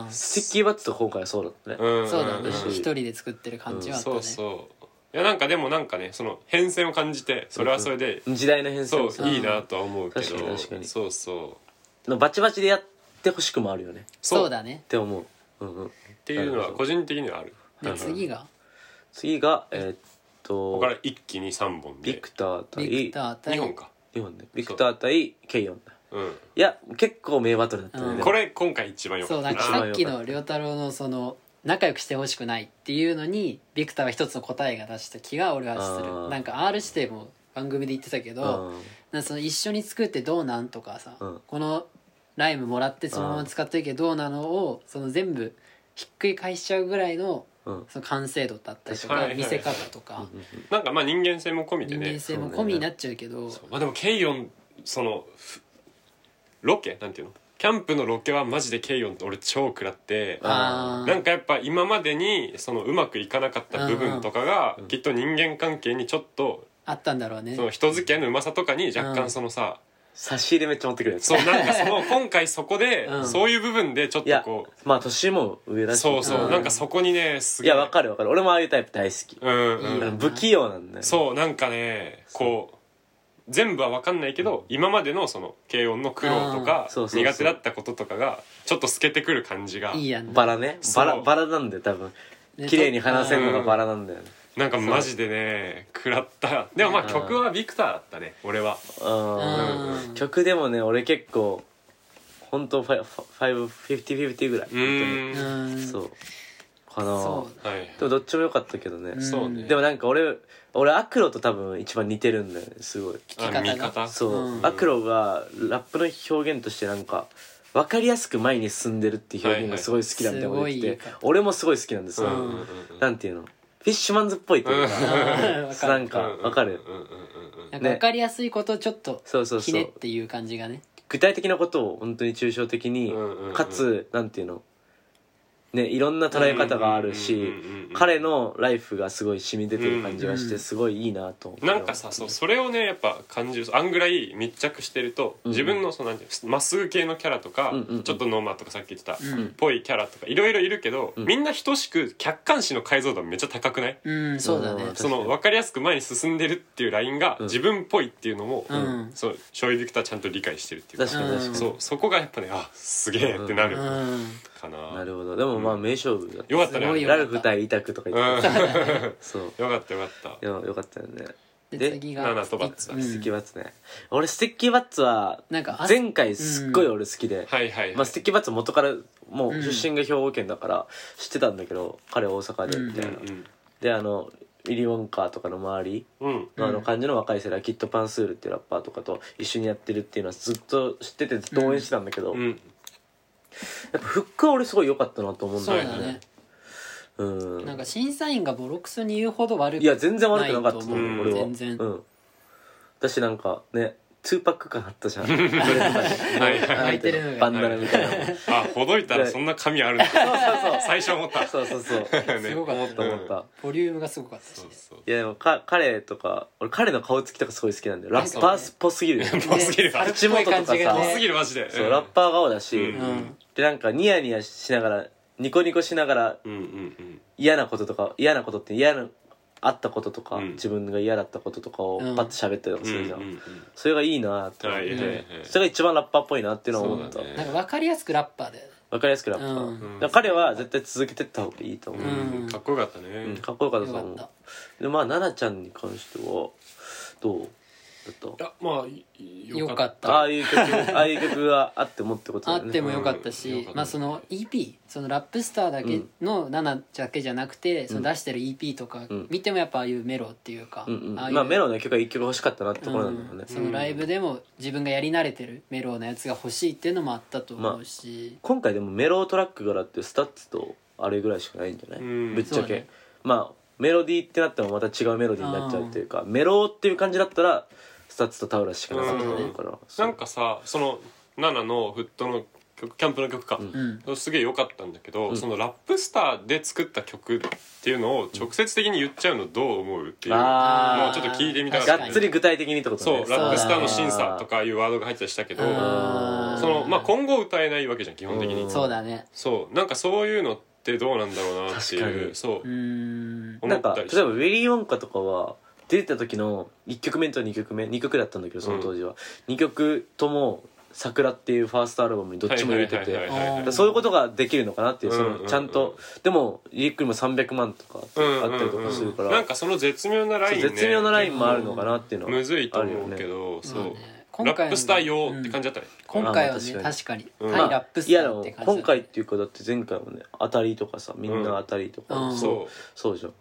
D: あー
B: あスティッキーバッツと今回はそうだったね、
C: うん
D: そうだね
C: ん
B: 私
D: 一人で作ってる感じはあっ
C: そ
D: た
C: う
D: ね
C: そういやなんかでもなんかねその変遷を感じてそれはそれで
B: 時代の変遷
C: そ
B: も
C: ういいなとは思うけど
B: 確かに確かに
C: そうそう
B: のバチバチでやってほしくもあるよね
D: そうだね
B: って思う、うんうん、っ
C: っていうのは個人的にはある
D: で次が
B: 次がえーっ
C: ことこから一気に3本
B: ビ
C: で
B: クター対
D: ビクター
C: 2
D: 対
C: 本か
B: 日本ねビクター対ケイヨンだ
C: うん
B: いや結構名バトルだったね、
D: うん
B: でも
C: これ今回一番良
D: そ
C: か
D: う
C: っ
D: な
C: た
D: んか
B: 一番
C: な
D: さっきの良太郎のその仲良くしてほしくないっていうのにビクターは一つの答えが出した気が俺はす
B: あー
D: るなんか R しても番組で言ってたけど、
B: うん
D: なんかその一緒に作ってどうなんとかさ、
B: うん
D: このライムもらってそのまま使ってるけどどうなのをその全部ひっくり返しちゃうぐらいの
B: うん
D: その完成度だったりと
C: はい
D: か
C: はいはい
D: 見せ方とか
C: なんかまあ人間性も込みで
D: 人間
C: ね
D: 性も込みになっちゃうけど
C: まあでもケイヨンそのふロケなんていうのキャンプのロケはマジでケイヨンって俺超食らって
D: あー
C: なんかやっぱ今までにそのうまくいかなかった部分とかがきっと人間関係にちょっと
D: あったんだろうね
C: その人付き合いのうまさとかに若
D: うん
C: 干そのさ
B: 差し入れめっちゃ持ってくるやつ
C: そうなんかその今回そこで
D: うん
C: そういう部分でちょっ
B: い
C: と
B: や
C: こ
B: まあ年も上だ
C: う
B: し
C: そうそううんなんかそこにねす
B: い
C: げえ
B: やわかるわかる俺もああいうタイプ大好き、
C: うん
D: いい
C: うん
D: よ
B: 不器用なんだよ
C: そうなんかねこう全部は分かんないけど今までのその軽音の苦労とか
B: うんそうそうそう
C: 苦手だったこととかがちょっと透けてくる感じが
D: いいやん
B: バラね
C: そ
B: バ
C: う
B: ラバラなんだよ多分
D: ね
B: 綺麗に話せるのがバラなんだよね
C: なんかマジでね食らったでもまあ曲はビクターだったね俺は
B: うん
D: うん
B: 曲でもね俺結構本当ファイファイブフィフティフィフティぐらい
C: うん
B: 本
D: う
B: 当
D: ん
B: に
D: そ
B: そううかな
C: はい
B: でもどっちも良かったけどね、
D: うん
C: そうね
B: でもなんか俺俺アクロと多分一番似てるんだよねすごい
D: 聞き方が
C: あ見方
B: そう、
D: うん
B: アクロがラップの表現としてなんか分かりやすく前に進んでるっていう表現がすごい好きだみたいなこと言ってて、
D: はいはいすごい言い方
B: 俺もすごい好きなんです
C: うん
B: よ、
C: うんうん
B: なんていうのフィッシュマンズっぽいっていうか、
D: わかる
B: なんか
C: うん
B: 分かる、
C: うんうんうん
D: なんか
B: ね
D: 分かりやすいことをちょっと
B: そうそう
D: ひ
B: そ
D: ね
B: う
D: っていう感じがね
B: 具体的なことを本当に抽象的に、
C: うんうんうん
B: かつなんていうのねいろんな捉え方があるし、
C: うんうんうんうんうん
B: 彼のライフがすごい染み出てる感じがして、
D: うん
B: すごいいいなと思って
C: なんかさそうそれをねやっぱ感じるあんぐらい密着してると
B: うん
C: 自分のそのなんていうのまっすぐ系のキャラとか
B: うんうんうん
C: ちょっとノーマーとかさっき言ってた
D: うん
C: っぽいキャラとかいろいろいるけど
B: うん
C: みんな等しく客観視の解像度めっちゃ高くない
D: うんそうだね
B: うん
C: そ
B: 確
C: の
B: かに
C: 分かりやすく前に進んでるっていうラインが
B: ん
C: 自分っぽいっていうのも
D: うん
C: そう醤油ビクターちゃんと理解してるっていうか
B: 確かに確かに、
C: そうそこがやっぱねあすげえってなる
D: うん
C: か
B: な
C: な
B: るほどでもまあ名勝負だった
C: よかったね
D: すごいよ
B: ラルフ対イタクとか言ってた、 <laughs> そう
C: よかったよかっ
B: いやよかったよね
D: で
B: で
D: 次
C: ナ
D: が
C: ナとバッツだ
D: うん
B: スティッキーバッツね俺スティッキーバッツは
D: なんかあ
B: 前回すっごい俺好きで、
C: たはいはい
B: ま
C: は
B: あ、
C: い
B: スティッキーバッツ元からもう
D: うん
B: 出身が兵庫県だから知ってたんだけど彼大阪でみたいな、であのウィリー・ウォンカーとかの周り
C: うんうん
B: のあの感じの若い世代、キッド・パンスールっていうラッパーとかと一緒にやってるっていうのはずっと知っててずっと応援して <laughs> たんだけど、
C: う
B: やっ
C: ん
B: ぱフックは俺すごい良かったなと思うん
D: そう
B: だよ
D: だ
B: ね
D: ね
B: うん
D: なんか審査員がボロクソに言うほど悪く
B: いや全然悪くなかった
D: い
B: と
D: と
B: 思
D: 思う
B: う俺は
D: 全然、
B: うん、だしなんかね2パック感あったじゃん
C: はいはい
D: 泣いてるのが
B: バンダナみたいなのそう
C: あほどいたらそんな紙あるんだ
B: <laughs>
C: 最初思った
B: そうそうそうそうそう
D: すごか
B: 思
D: っ
B: ったた思った、
D: ボリュームがすごかったし
C: そうそう
B: いやでもか彼とか俺彼の顔つきとかすごい好きなんだよラッパーっぽすぎるよね
C: 多すぎるわ
D: ね猿っぽい感
B: 口
D: じが
B: 元とか
C: 多
B: さ
C: すぎるマジで
B: そうラッパー顔だし、
C: うん
D: うん
B: でなんかニヤニヤしながらニコニコしながら
C: うんうんうん
B: 嫌なこととか嫌なことって嫌なあったこととか、
C: うん
B: 自分が嫌だったこととかを
D: うん
B: パッと喋ったりとか
C: うん
B: す
C: う
B: る
C: ん
B: じゃん、
C: うん
B: それがいいなと思って、
C: はいはいはい
B: それが一番ラッパーっぽいなっていうのを思った
C: そう
B: わ、
C: だね
D: なんか分かりやすくラッパーで
B: かりやすくラッパー、
D: うん
B: だから彼は絶対続けてった方がいいと思う、
D: うん
C: うんかっこよかった
B: うん
C: ね
B: かっこよかった
D: よ
B: と
D: か
B: 思
D: った
B: うでまあ奈々ちゃんに関してはどうだっ
C: い
B: た
C: やまあいい
D: よかっ
B: ああ
D: た
B: いう曲ああいう曲があってもってこと
D: あ
B: だよ
D: っ
B: ね
D: てもよかった
C: うんよ
D: し
C: かった
D: まあその EP そのラップスターだけの7だけじゃなくてその出してる EP とか
B: うん
D: 見てもやっぱああいうメロっていうか
B: うんうん
D: ああいう
B: まあメロの曲が一曲欲しかったなってところなんだよね、
D: うんそのライブでも自分がやり慣れてるメロのやつが欲しいっていうのもあったと思うし、
B: 今回でもメロトラックからってスタッツとあれぐらいしかないんじゃない、
C: うん
B: ぶっちゃ
D: そう
B: け、
D: だね
B: まあメロディーってなってもまた違うメロディーになっちゃうっていうかメロっていう感じだったらスタッツとタウラしかなかったと思うから、そう
C: なんかさそのナナのフットの曲キャンプの曲か、
D: うん
C: すげえ良かったんだけど、そのラップスターで作った曲っていうのを直接的に言っちゃうのどう思うっていうの
B: あー
C: をちょっと聞いてみたかった
B: がっつり具体的にってことね
C: そうラップスターの審査と
B: か
C: かいうワードが入ってたりしたけど
D: う
B: あ
D: ん
C: その、まあ、今後歌えないわけじゃん基本的に、
B: うん
D: そうだね
C: そうなんかそういうのってどうなんだろうなっ
B: 確
C: て
B: か
C: いう
B: に
C: そう
D: うーん
C: 思
B: なん
C: っ
B: か
C: た
B: 例え
C: り
B: ばウェリー・ウォンカとかは出てた時の1曲目と2曲目2曲だったんだけどその当時は、2曲とも「桜」っていうファーストアルバムにどっちも入れてて、
C: はいはいはいはい
B: だからそういうことができるのかなっていうそ
C: うんうんう
B: の
C: ん
B: ちゃんとでもリリックにも300万とかあったりとかするから、
C: なんかその絶妙なライン、ね、
B: 絶妙なラインもあるのかなっていうのは
C: むずいと思う
B: あ
C: け
B: るよね
C: ど、そう、
D: まあね
C: ラップスター用って感じ
D: うん
C: だったね、
D: 今回は
B: あ
D: ね
B: まあ
D: 確
B: 確
D: かに
C: うん
D: 対ラップ
B: い
D: スタ
B: やで
D: ーっ
B: も
D: て感じだね
B: 今回っていうかだって前回もね当たりとかさみんな当たりとか、
D: うん
B: そう
C: そ
B: そうじゃん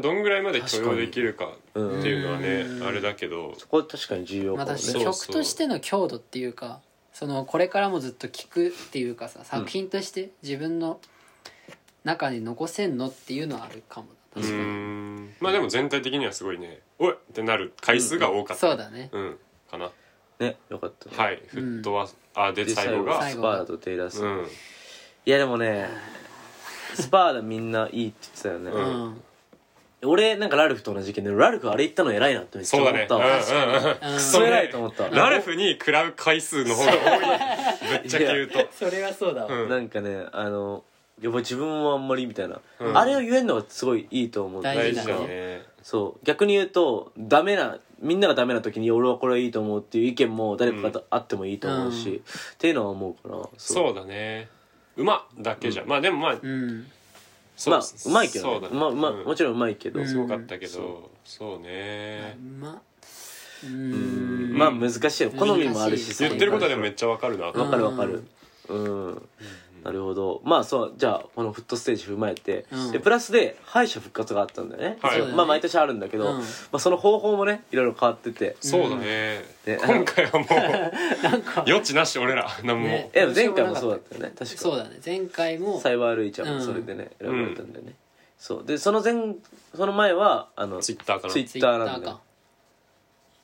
C: うどんぐらいまで許容できるかって
B: うん
C: いうのはね、
D: うん
C: あれだけど
B: そこは確かに重要
D: ま
B: か
D: あ
B: もね
D: 確か
C: そう
D: に曲としての強度っていうかそのこれからもずっと聴くっていうかさ作品として自分の中に残せんのっていうのはあるかも
C: う
D: 確かに、
C: んまあでも全体的にはすごいね「おい!」ってなる回数が多かった、
D: そうだね
C: うんかな
B: ねよかったね、
C: はいフットは、あで
B: で
C: 最
B: 最
C: 後
B: 後
C: が
B: がスパーダとテイラース、
C: うん
B: いやでもねスパーダみんないいって言ってたよね、
C: う
D: うんん、
B: 俺なんかラルフと同じ意見でラルフあれ言ったの偉いなってめっちゃ
C: そう
B: 思
C: だ
B: っ
C: ね
B: たわ、
C: うんうんうん
B: クソ偉いと思った、
C: ラルフに食らう回数の方が多いぶっちゃけ言うと
D: それはそうだわ
C: うん
B: なんかねあのやっぱ自分もあんまりみたいな、
C: うん
B: あれを言えるのがすごいいいと思う
D: 大
C: 大
D: 事
C: 事
D: だ
C: だ
D: ね
C: ね
B: そう逆に言うとダメなみんながダメな時に俺はこれはいいと思うっていう意見も誰かとあってもいいと思うし、
D: うん
B: っていうのは思うから
C: そうだね馬だけじゃまあでもまあ
D: うん
C: そう
B: まあうまいけど
C: そう
B: ね
C: だ
B: うまうま
C: うん
B: もちろんうまいけど、
D: うん
C: すごかったけ
B: そ
C: どそうね
D: まう
B: うん
D: ん
B: まあ難しいよ好みもあるし
D: 難しい
B: そう
C: 言ってることはでもめっちゃわかるなと
B: わかるわかるうん、なるほどまあそうじゃあこのフットステージ踏まえて、
D: うん
B: でプラスで敗者復活があったんだよね、
C: はい
B: そうまあ毎年あるんだけど、
D: うん
B: まあ、その方法もねいろいろ変わってて
C: そうだね
B: ね
C: 今回は
B: <laughs>
C: もう余地なし俺ら何も
D: ね
B: えでも前回もそうだったよね確か
D: そうだね前回も
B: サイバールイちゃん
D: う
B: も
D: ん
B: それでね、選ばれたんだよねそうでその前その前はあの
C: ツイッターかな
B: ツイ
C: サ
B: ッターなんだよ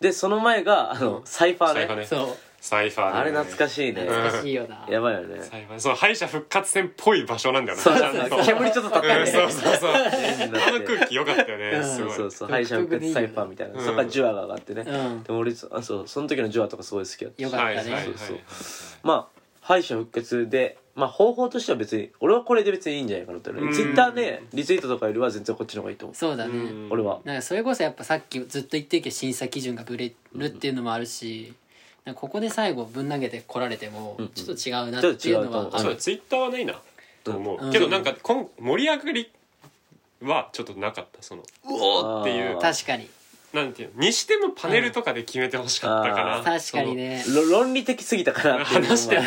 B: でその前があの、サイファーね
C: イファーね
D: そう
C: サイファー
B: あれ懐か
C: い
B: しいね
D: 懐かしいよな
B: やばいよね
C: サイファーそう敗者復活戦っぽい場所なんだよな
B: そう
C: ちゃんと
B: <laughs> 煙ちょっと立った
C: う
B: ね
C: んそうそ
B: <laughs>
C: うそう
B: になって
C: あの空気良かったよねす
B: そう
C: ごい
B: そうそう敗者復活サイファーみたいな、
C: うん
B: そこからジュアが上がってね、
D: うん
B: でも俺あそうその時のジュアとかすごい好きだったし
D: よか
C: は
D: っ
C: い
D: た
C: はいはい
D: ね
B: そうそうまあ敗者復活で、まあ、方法としては別に俺はこれで別にいいんじゃないかなって
C: うん
B: ツイッターでリツイートとかよりは全然こっちの方がいいと思う
D: そうだ
C: う
D: ね
C: ん
B: 俺は
D: なんかそれこそやっぱさっきずっと言ってるけど審査基準がぶれるっていうのもあるしなんかここで最後ぶん投げて来られても
B: ん
D: ちょっと違うなっていうのはあ
C: そう
D: る
C: だツイッターはないなと思う、
D: うん
C: けどなんかこん盛り上がりはちょっとなかったそのうおーっていう
B: あー
D: 確かに
C: なんていうのにしてもパネルとかで決めてほしかったかな、
B: あー
D: 確かにね
B: ろ論理的すぎたか
C: そ
B: ら
C: の
B: っていうのも
C: 話してて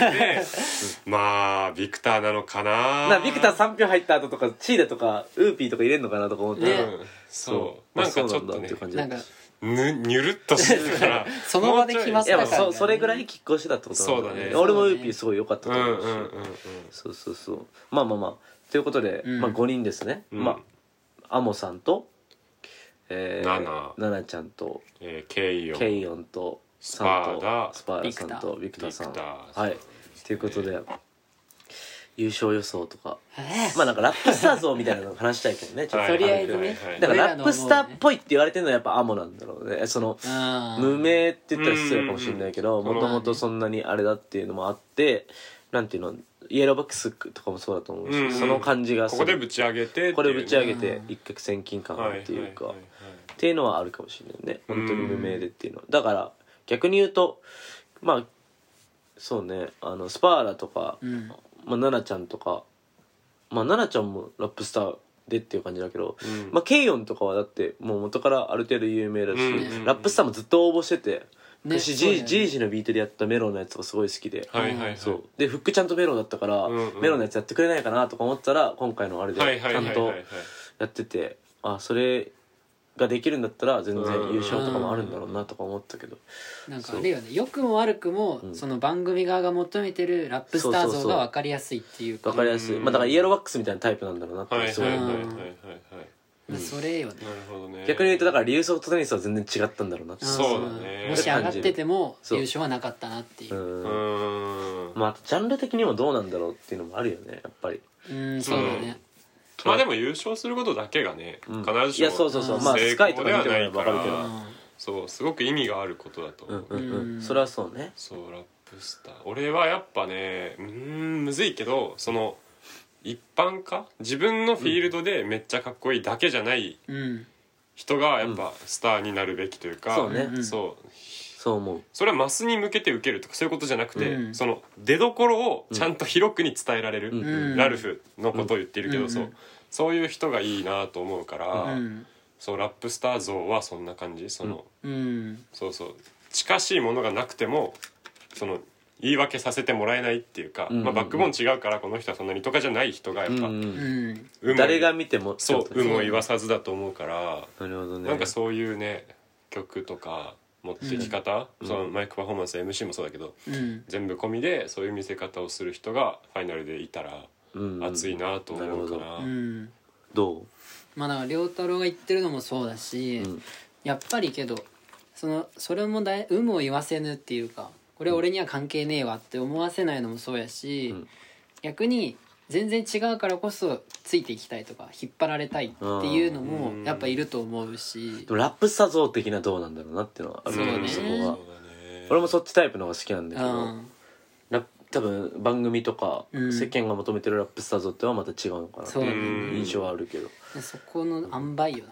C: まあビクターなのかな
B: なビクター3票入った後とかチーダとかウーピーとか入れんのかなとか思ったら、
D: ね
C: うんそうなんかちょっとね
B: じ
D: なんか
C: ぬにゅるっとしてるから
D: <laughs> その場で決まっ
B: い
D: た
B: や
D: か
B: まあ
D: ら
B: そそれぐらい拮抗してたってことなん
C: そうだね
B: 俺もウーピーすごい良かった
C: う
B: と
C: んうん
B: 思うし、
C: うんうん
B: そうそうそうまあまあまあということで、
D: うん
B: まあ、5人ですね、
C: うん
B: まあアモさんと、えー、
C: ナナ
B: ナナちゃんと
C: えー、ケイヨン
B: ケイヨンと
C: スパーダ
B: スパーダさんとビクターさん
C: ビクターさん
B: はいということで優勝予想とか
D: え
B: まあなんかラップスター像みたいなの話したいけどねちょっ
C: は
B: と
C: い
D: とりあえずね
C: はいはいはい
B: だか
D: 俺
B: らラッ
D: の思う
B: プスターっぽいって言われてるのはやっぱアモなんだろうねその
D: うん
B: 無名って言ったら失礼かもしれないけど
C: うんうん
B: もともとそんなにあれだっていうのもあってなんていうのイエローバックスとかもそうだと思うし、
C: うんうん
B: その感じがす
C: こ
B: る
C: こでぶち上げてっていうね
B: これぶち上げ
D: う
B: て
D: ん
B: 一攫千金感あるっていうか、
C: ははは
B: っていうのはあるかもしれないね本当に無名でっていうのはだから逆に言うとまあそうねあのスパーラとか、
D: うん
B: まあ、ナナちゃんとかまあナナちゃんもラップスターでっていう感じだけど、
C: いはいうん
B: まあ、ケイヨンとかはだってもう元からある程度有名だし、
C: うん
B: ラップスターもずっと応募してて、
D: ね
B: 私
D: そうだよ
B: ジ
D: ね
B: ジージのビートでやったメロンのやつがすごい好きで、
C: はいはいはい
B: そうでフックちゃんとメロンだったから、
C: うんうん
B: メロンのやつやってくれないかなとか思ったら今回のあれで
C: はいはい
B: ちゃ
C: はい
B: ん
C: はい
B: と
C: はい
B: やっててあそれができるんだったら全然優勝とかもあるんだろうなとか思ったけど
D: なんかあれよね良くも悪くも、
B: うん
D: その番組側が求めてるラップスター
B: そうそう
D: 像
B: そう
D: が分かりやすいっていうか
B: わかりやすい、
C: うん
B: まあ、だからイエローワックスみたいなタイプなんだろうなって
C: はいはい
B: すごい
C: はいはいはい
D: うん
C: はい
D: まあそれよね、
C: なるほどね
B: 逆に言うとだからリュウソウとテニスは全然違ったんだろうなって
D: うん
C: そうだね
D: もし上がってても
B: そう
D: 優勝はなかったなっていうう
C: うんーん
B: まああとジャンル的にもどうなんだろうっていうのもあるよねやっぱり
D: うん、そうだね、
C: まあでも優勝することだけがね
B: うん
C: 必ずし
B: い
C: も
B: やそうそうそうまあ
C: 成
B: スカイと
C: 功
B: か
C: で
B: 見
C: は
B: ても
C: な
B: らえ
C: い
B: ばわかる
C: か
B: け
D: う
B: ど
C: ら
D: ん
C: そうすごく意味があることだと
B: う
C: 思
B: ん
C: う
B: うん
D: う
B: うんんそれはそうね
C: そうラップスター俺はやっぱねうーんむずいけどその一般化自分のフィールドでめっちゃかっこいいだけじゃない
D: うん
C: 人がやっぱスターになるべきというか、
B: そうね
D: うん
C: そう
B: そう思う
C: それはマスに向けて受けるとかそういうことじゃなくて、
D: うん
C: その出どころをちゃんと広くに伝えられる、
D: うん
C: ラルフのことを言ってるけど、
D: うん
C: そうそういう人がいいなと思うから、
D: うん
C: そうラップスター像はそんな感じその、
D: うん
C: そうそう近しいものがなくてもその言い訳させてもらえないっていうか、
B: うんうんうん
C: まあ、バックボーン違うからこの人はそんなにとかじゃない人がやっぱ、
B: うん
D: う
B: うん
D: ん
C: 有無
B: 誰が見ても
C: そう
B: ってこと
C: 有
B: ね
C: 無を言わさずだと思うから、
B: なるほどね
C: なんかそういうね曲とか持ってき方、そのマイクパフォーマンス MC もそうだけど、
D: うん
C: 全部込みでそういう見せ方をする人がファイナルでいたら
B: うん
C: 熱いなと思うか
B: な
C: ら、
D: うん
B: ど
D: まあだから良太郎が言ってるのもそうだし、
B: ううん
D: やっぱりけどそのそれもだい有無を言わせぬっていうかこれ俺には関係ねえわって思わせないのもそうやし、
B: ん
D: 逆に全然違うからこそついていきたいとか引っ張られたいっていうのもやっぱいると思うし
B: でもラップスター像的などうなんだろうなっていうのはあるよ
D: そうだね
B: そこ
C: そうだ
B: は
C: ね
B: 俺もそっちタイプの方が好きなんだ
D: う
B: けど、
D: ん
B: ラップ多分番組とか、
D: うん
B: 世間が求めてるラップスター像ってはまた違うのかなって
D: そうだね
B: いう印象はあるけど
D: そこの塩梅よな、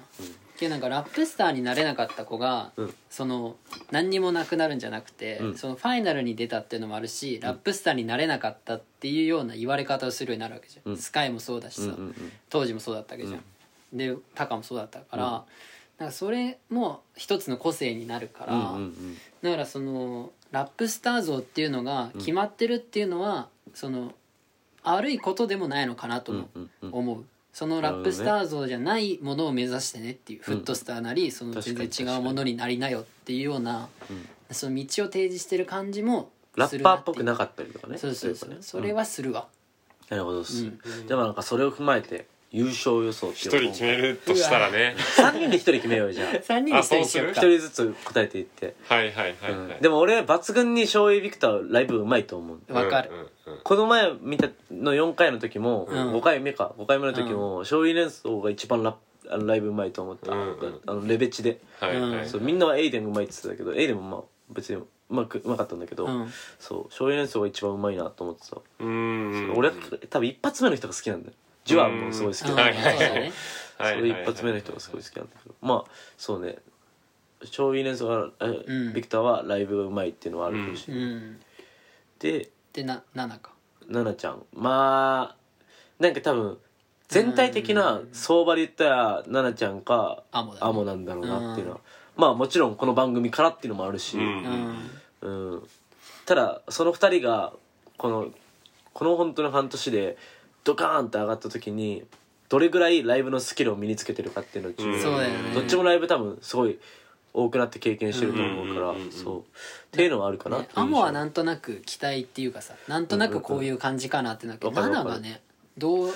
D: けどなんかラップスターになれなかった子が、
B: うん
D: その何にもなくなるんじゃなくて、
B: うん
D: そのファイナルに出たっていうのもあるし、ラップスターになれなかったっていうような言われ方をするようになるわけじゃん、
B: うん
D: スカイもそうだし
B: うん
D: さ、
B: うん
D: 当時もそうだったわけじゃん、でタカもそうだったから、なんかそれも一つの個性になるから、
B: うんうんうんうん
D: だからそのラップスター像っていうのが決まってるっていうのは、その悪いことでもないのかなとも
B: うんうんうん
D: 思う、そのラップスター像じゃないものを目指してねっていう、フットスターなりその
B: 確かに
D: 全然違うものになりなよっていうような、
B: ん
D: その道を提示してる感じも
B: ラッパーっぽくな
D: っ
B: かったりとかね
D: そうそうそう、
B: 例えばね
D: それはするわ、
B: なるほどっす、でもなんかそれを踏まえて優勝予想って
C: 一
B: いう
C: 人決めるとしたらね
B: 3人で一人決めようよじ
D: <laughs>
B: ゃあ
D: 3人で一人にしよう
B: 一
D: か
B: 人ずつ答えていって、
C: はいはいはいはい、
B: うんでも俺抜群に翔英ビクターライブうまいと思う
D: わかる、
C: うんうんうん
B: この前見たの4回の時も、
D: うん
B: 5回目か5回目の時も勝利連想が一番ラッあのライブうまいと思った、
C: うんうん
B: あのレベチで、
C: はいはい、
D: うん
B: そうみんなはエイデンうまいって言ってたけどエイデンもまあ別にうまくうまかったんだけど、
D: うん
B: そう勝利連想が一番うまいなと思ってた、
C: うーん
B: 俺多分一発目の人が好きなんだよジュアンもすごい好き
D: うん
B: なん
D: そう
B: だ
C: はい
D: だ
C: はいはい
D: ね
B: それ一発目の人がすごい好きなんだけどまあそうね超イレンスが、え
D: うん
B: ビクターはライブがうまいっていうのはあるかもし
D: う
B: れない、
D: ん
B: で
D: でな7か
B: 奈々ちゃんまあなんか多分全体的な相場で言ったら奈々ちゃんか
D: アモだね
B: アモなんだろうなっていうのは、まあもちろんこの番組からっていうのもあるし、
C: うん
D: うん
B: うん、ただその2人がこのこの本当の半年でドカーンって上がった時にどれぐらいライブのスキルを身につけてるかっていうのを重要
C: うん
D: そうだよね
B: どっちもライブ多分すごい多くなって経験してると思うから、
C: うんうんうんうん
B: そうっていうのはあるかな、
D: ね、アモはなんんとなく期待っていうかさなんとなくこういう感じかなってなるけど、
B: うんうんうん
D: ナナがねどう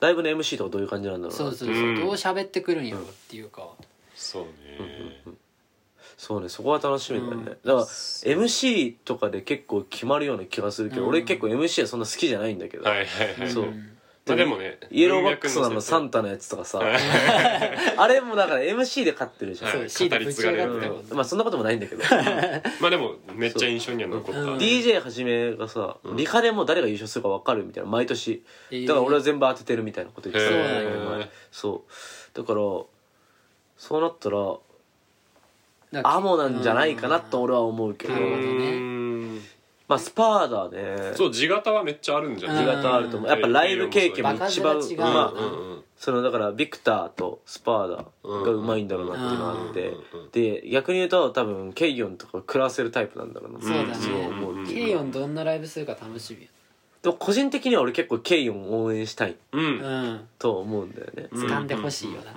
B: ライブの MC とかどういう感じなんだろうな
D: そうそうそう、
C: うん
D: どう喋ってくるんやろっていうか、
C: そうね、
B: そうねそこは楽しみだよね、
D: うん
B: だから MC とかで結構決まるような気がするけど、
D: うん
B: 俺結構 MC はそんな好きじゃないんだけど、
C: はいはいはい
B: そう
D: うん
C: まあでもね
B: イエローバックスのあ
C: 文
B: の
C: 脈
B: サンタのやつとかさ、
C: はい
B: <laughs> あれもだから MC で勝ってるじゃん、
C: はい
D: そう C でぶち上がってたもんね
B: うんまあそんなこともないんだけど
C: まあでもめっちゃ印象には残った、
D: うん
B: DJ はじめがさ、リハでもう誰が優勝するか分かるみたいな毎年
D: えー
B: だから俺は全部当ててるみたいなこと言ってたんだけ
C: へ
B: ど
C: ー
B: 前そうだからそうなったら
D: だから
B: アモなんじゃないかなと俺は思うけど、
D: なるほどね
C: うん
B: まあスパーだね
C: そう地形はめっちゃあるんじゃない
B: 地形あると思うやっぱライブ経験も一番
D: 場数が違う
B: まあ
C: うんうんうん
B: そのだからビクターとスパーダがうまいんだろうなっていうのがあって、
C: うんうん
B: で逆に言うと多分ケイヨンとか食らわせるタイプなんだろうな
D: そうだね
B: 思うって
D: ケイ
B: いう
D: ヨンどんなライブするか楽しみ
B: でも個人的には俺結構ケイヨンを応援したい
C: うん
D: やうん
B: と思うんだよね、
C: ん
D: 掴んでほしいよな、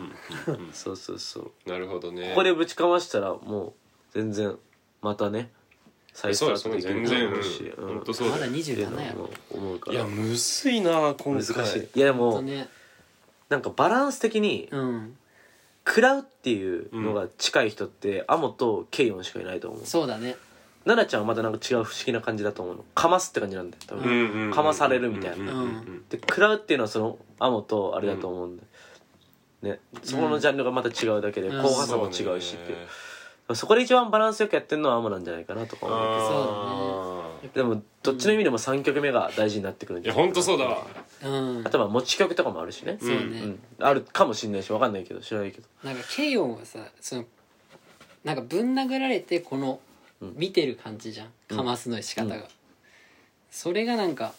B: そうそうそう
C: なるほどね
B: ここでぶちかましたらもう全然またね再
C: そうですね
B: と
C: 全然
B: 思う
C: うん
B: うん
C: 本当そう
D: まだ
C: だよ
B: っていう
D: 27
B: の
D: やろ
B: も思うか
C: い
B: ら
C: やむずいな今
B: 難
C: 回
B: しいいやで
D: ほんと
B: も
D: ね
B: なんかバランス的に
D: うん
B: 食らうっていうのが近い人ってアモとケイヨンしかいないと思う
D: そうだね
B: 奈々ちゃんはまたなんか違う不思議な感じだと思うのかますって感じなんだよ多
C: うん
B: 分、
C: うんうん
B: かまされるみたいな
C: うんうん
B: で食らうっていうのはそのアモとあれだと思うんだよ、ねそこのジャンルがまた違うだけで
D: うん
B: 硬
C: うん
B: 派さも違うしっていう、
C: ね
B: そこで一番バランスよくやってるのはアモなんじゃないかなとか思う
C: あー
B: でもどっちの意味でも3曲目が大事になってくるん
C: い
B: じゃ
C: や
B: ないかな
C: 本当そうだわ
D: うん
B: あとは持ち曲とかもあるしね
D: そうね、
B: うん、あるかもしんないしわかんないけど知らないけど
D: なんかケイオンはさそのなんかぶん殴られてこの見てる感じじゃん、かますの仕方が、
B: うん
D: それがなんか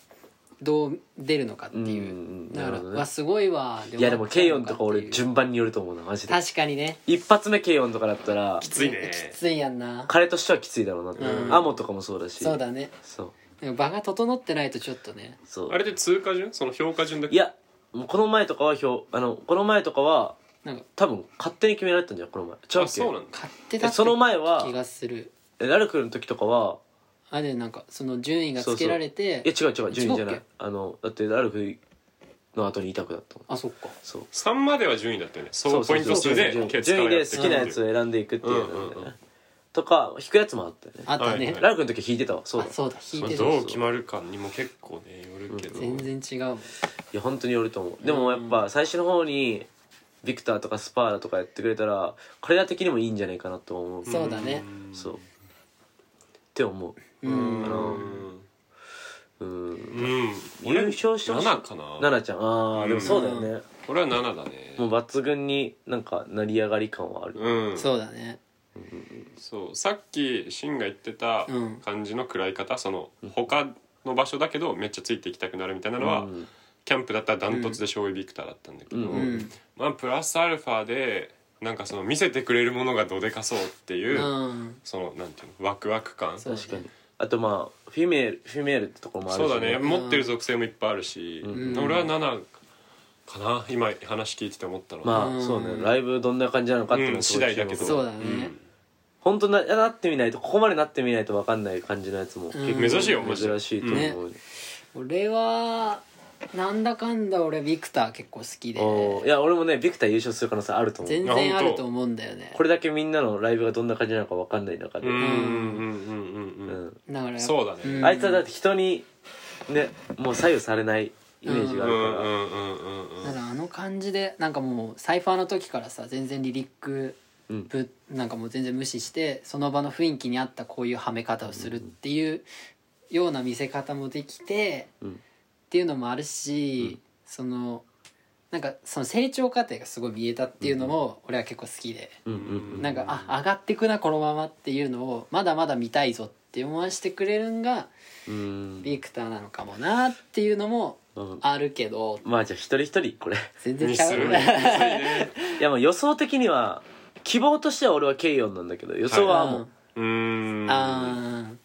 D: どう出るのかってい
B: う、
D: う
B: ん
D: だか
B: な
D: ら、
B: るほどね
D: わすごいわ
B: いやでもケイヨンとか
D: っ
B: 俺
D: ていう
B: 順番によると思うなマジで
D: 確かにね
B: 一発目ケイヨンとかだったら
C: きついね
D: きついやんな
B: 彼としてはきついだろうなって、
D: うん
B: アモとかもそうだし
D: そうだね
B: そう
D: なんか場が整ってないとちょっとね
B: そう
C: あれで通過順その評価順だけ
B: いやもうこの前とかは表あのこの前とかは
D: なんか
B: 多分勝手に決められたんじゃんこの前ちゃう
C: あ
B: っけ
C: そうなんだ
D: 勝手だっ
B: その
D: た
B: 前は
D: 気がする
B: えラルクの時とかは
D: あれなんかその順位がつけられて
B: いや違う違う順位じゃな
D: 違うっ
B: いあのだってラルクの後に痛くだったもん
D: あそっか
B: そう
C: 3までは順位だったよね
B: そ
C: そうう
B: そ
C: ポ
B: う
C: イント
B: そう
C: 数で
B: 順位
C: ケツ
B: 順位
C: から
B: で
C: やって
B: 好
C: る
B: きなやつを選んでいくっていうのだよね
C: うんうんうん
B: とか引くやつもあったよね
D: あったね、
C: はい
B: ラルクの時は引いてたわそうだ
D: あそうだ引いて
C: ど
D: る
C: う決まるかにも結構ねよるけど
D: 全然違うもん
B: いや本当によると思うでもやっぱ最初の方にビクターとかスパーだとかやってくれたら彼ら的にもいいんじゃないかなと思う
D: そうだね
B: そうって思う
D: うん
B: あの
C: う
B: うん優勝してほしい
C: 7かな
B: 奈々ちゃんああでもそうだよね
C: 俺は7だね
B: もう抜群になんか成り上がり感はある
C: うん
D: そうだね
C: そうさっきシンが言ってた
D: うん
C: 感じの食らい方その他の場所だけどめっちゃついていきたくなるみたいなのは
B: うん
C: キャンプだったらダントツで勝利ビクターだったんだけど
B: うん
D: うん
C: まあプラスアルファでなんかその見せてくれるものがどでかそうっていううんそのなんていうのワクワク感
D: そう
B: 確かにあとまあフィメールフィメールってところもある
C: そ
B: し
C: うだね
D: ん
C: 持ってる属性もいっぱいあるし、
D: ん
C: 俺は7かな今話聞いてて思ったのは、
B: ま
D: う
B: あ
D: ん
B: そうねライブどんな感じなのかっていうの
C: う
B: も
C: ん
B: す
C: 次
B: ごい
C: 第だけど
D: そうだね
B: 本当ななってみないとここまでなってみないと分かんない感じのやつも結構
C: 珍しいよマジで
B: 珍しいと思うね
D: 俺はなんだかんだ俺ビクター結構好きで
B: おーいや俺もねビクター優勝する可能性あると思う
D: 全然あると思うんだよね
B: これだけみんなのライブがどんな感じなのか分かんない中で、
C: うんうんうんうん
B: う
C: うん
B: ん
D: だから
C: そうだね
D: ん
B: あいつはだって人にねもう左右されないイメージがあ
C: うんう
B: る
C: ん
B: から、
C: うんうんうん
D: ただあの感じでなんかもうサイファーの時からさ全然リリック
B: うん
D: ぶなんかもう全然無視してその場の雰囲気に合ったこういうはめ方をするっていうような見せ方もできて、
B: うん
D: っていうのもあるし、そのなんかその成長過程がすごい見えたっていうのも俺は結構好きで、
B: うんうん
D: なんかあ上がってくなこのままっていうのをまだまだ見たいぞって思わせてくれるんが
B: うん
D: ビクターなのかもなっていうのも
B: うん
D: あるけど
B: まあじゃあ一人一人これ <laughs>
D: 全然
C: に
D: ち
C: す
D: ゃ
C: る
D: う
C: ね
D: ね。
B: いやまあ予想的には希望としては俺はケイヨンなんだけど予想はもう、
C: う
D: <laughs>
C: ーん
D: あー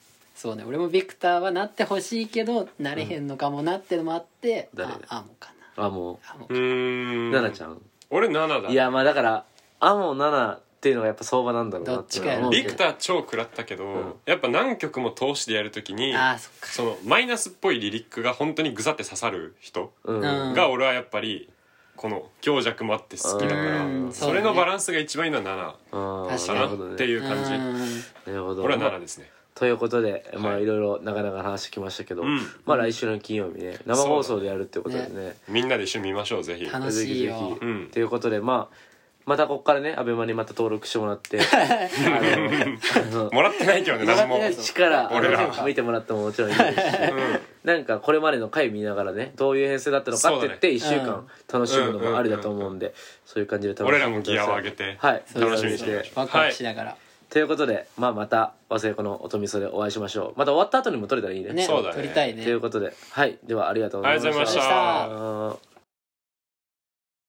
D: そうね俺もビクターはなってほしいけどなれへんのかもなってのもあって、
B: うん誰
D: あアモか
B: あも
D: なアモ
C: うーん
B: う奈々ちゃん
C: 俺7だ
B: いやまあだからアモナナっていうのがやっぱ相場なんだろうなっていうのは思うけ
D: どっちかや
B: ど
D: な
C: ビクター超食らったけど、やっぱ何曲も通してやるときに
D: あーそっか
C: そのマイナスっぽいリリックが本当にグザって刺さる人
B: うん
D: うん
C: が俺はやっぱりこの強弱もあって好きだから、
D: うん
C: それのバ
D: ン
C: ランスが一番いいのは
B: あ
D: 確
B: ーなる
C: 7か
D: かに
C: な
B: ほど
C: っ
B: ね
C: ていう感じ、
B: なるほど
C: 俺は
B: まあ
C: 7ですね
B: ということで、まあ
C: はい
B: いろいろ長々話してきましたけど、
C: うん
B: まあ来週の金曜日ね生放送でやるってことで
D: そう
B: ね
C: みんなで一緒に見ましょうぜひ
D: 楽
B: ぜ
D: し
B: ひ
D: い
B: ぜ
D: よ
B: ひ、
C: うん
B: ということでまあまたここからねアベマにまた登録してもらってあの
C: もらってないけどね何も、
D: ないぞ
B: 力あ
C: 俺
B: の
C: ら
B: 見てもらってももちろんいいですしなんかこれまでの回見ながらねどういう編成だったのかって言って1
D: そ
B: 週
D: うだね
B: 間楽しむのもありだと思うんでそういう感じで
C: うん、
B: 楽し
C: 俺
B: ん
C: ら
B: で
C: も
B: ください
C: ギアを上げて、
B: はい
C: 楽しみにし
B: そうで
C: て
B: す
D: ワクワクしながら、
B: ということで、まあ、また和製子のおとみそでお会いしましょうまた終わった後にも撮れたらいいね
D: ね
C: そうだね
D: 撮りたい
B: と
D: ね
B: いうことではいではありがとうございました
C: ありがとうございました
B: あー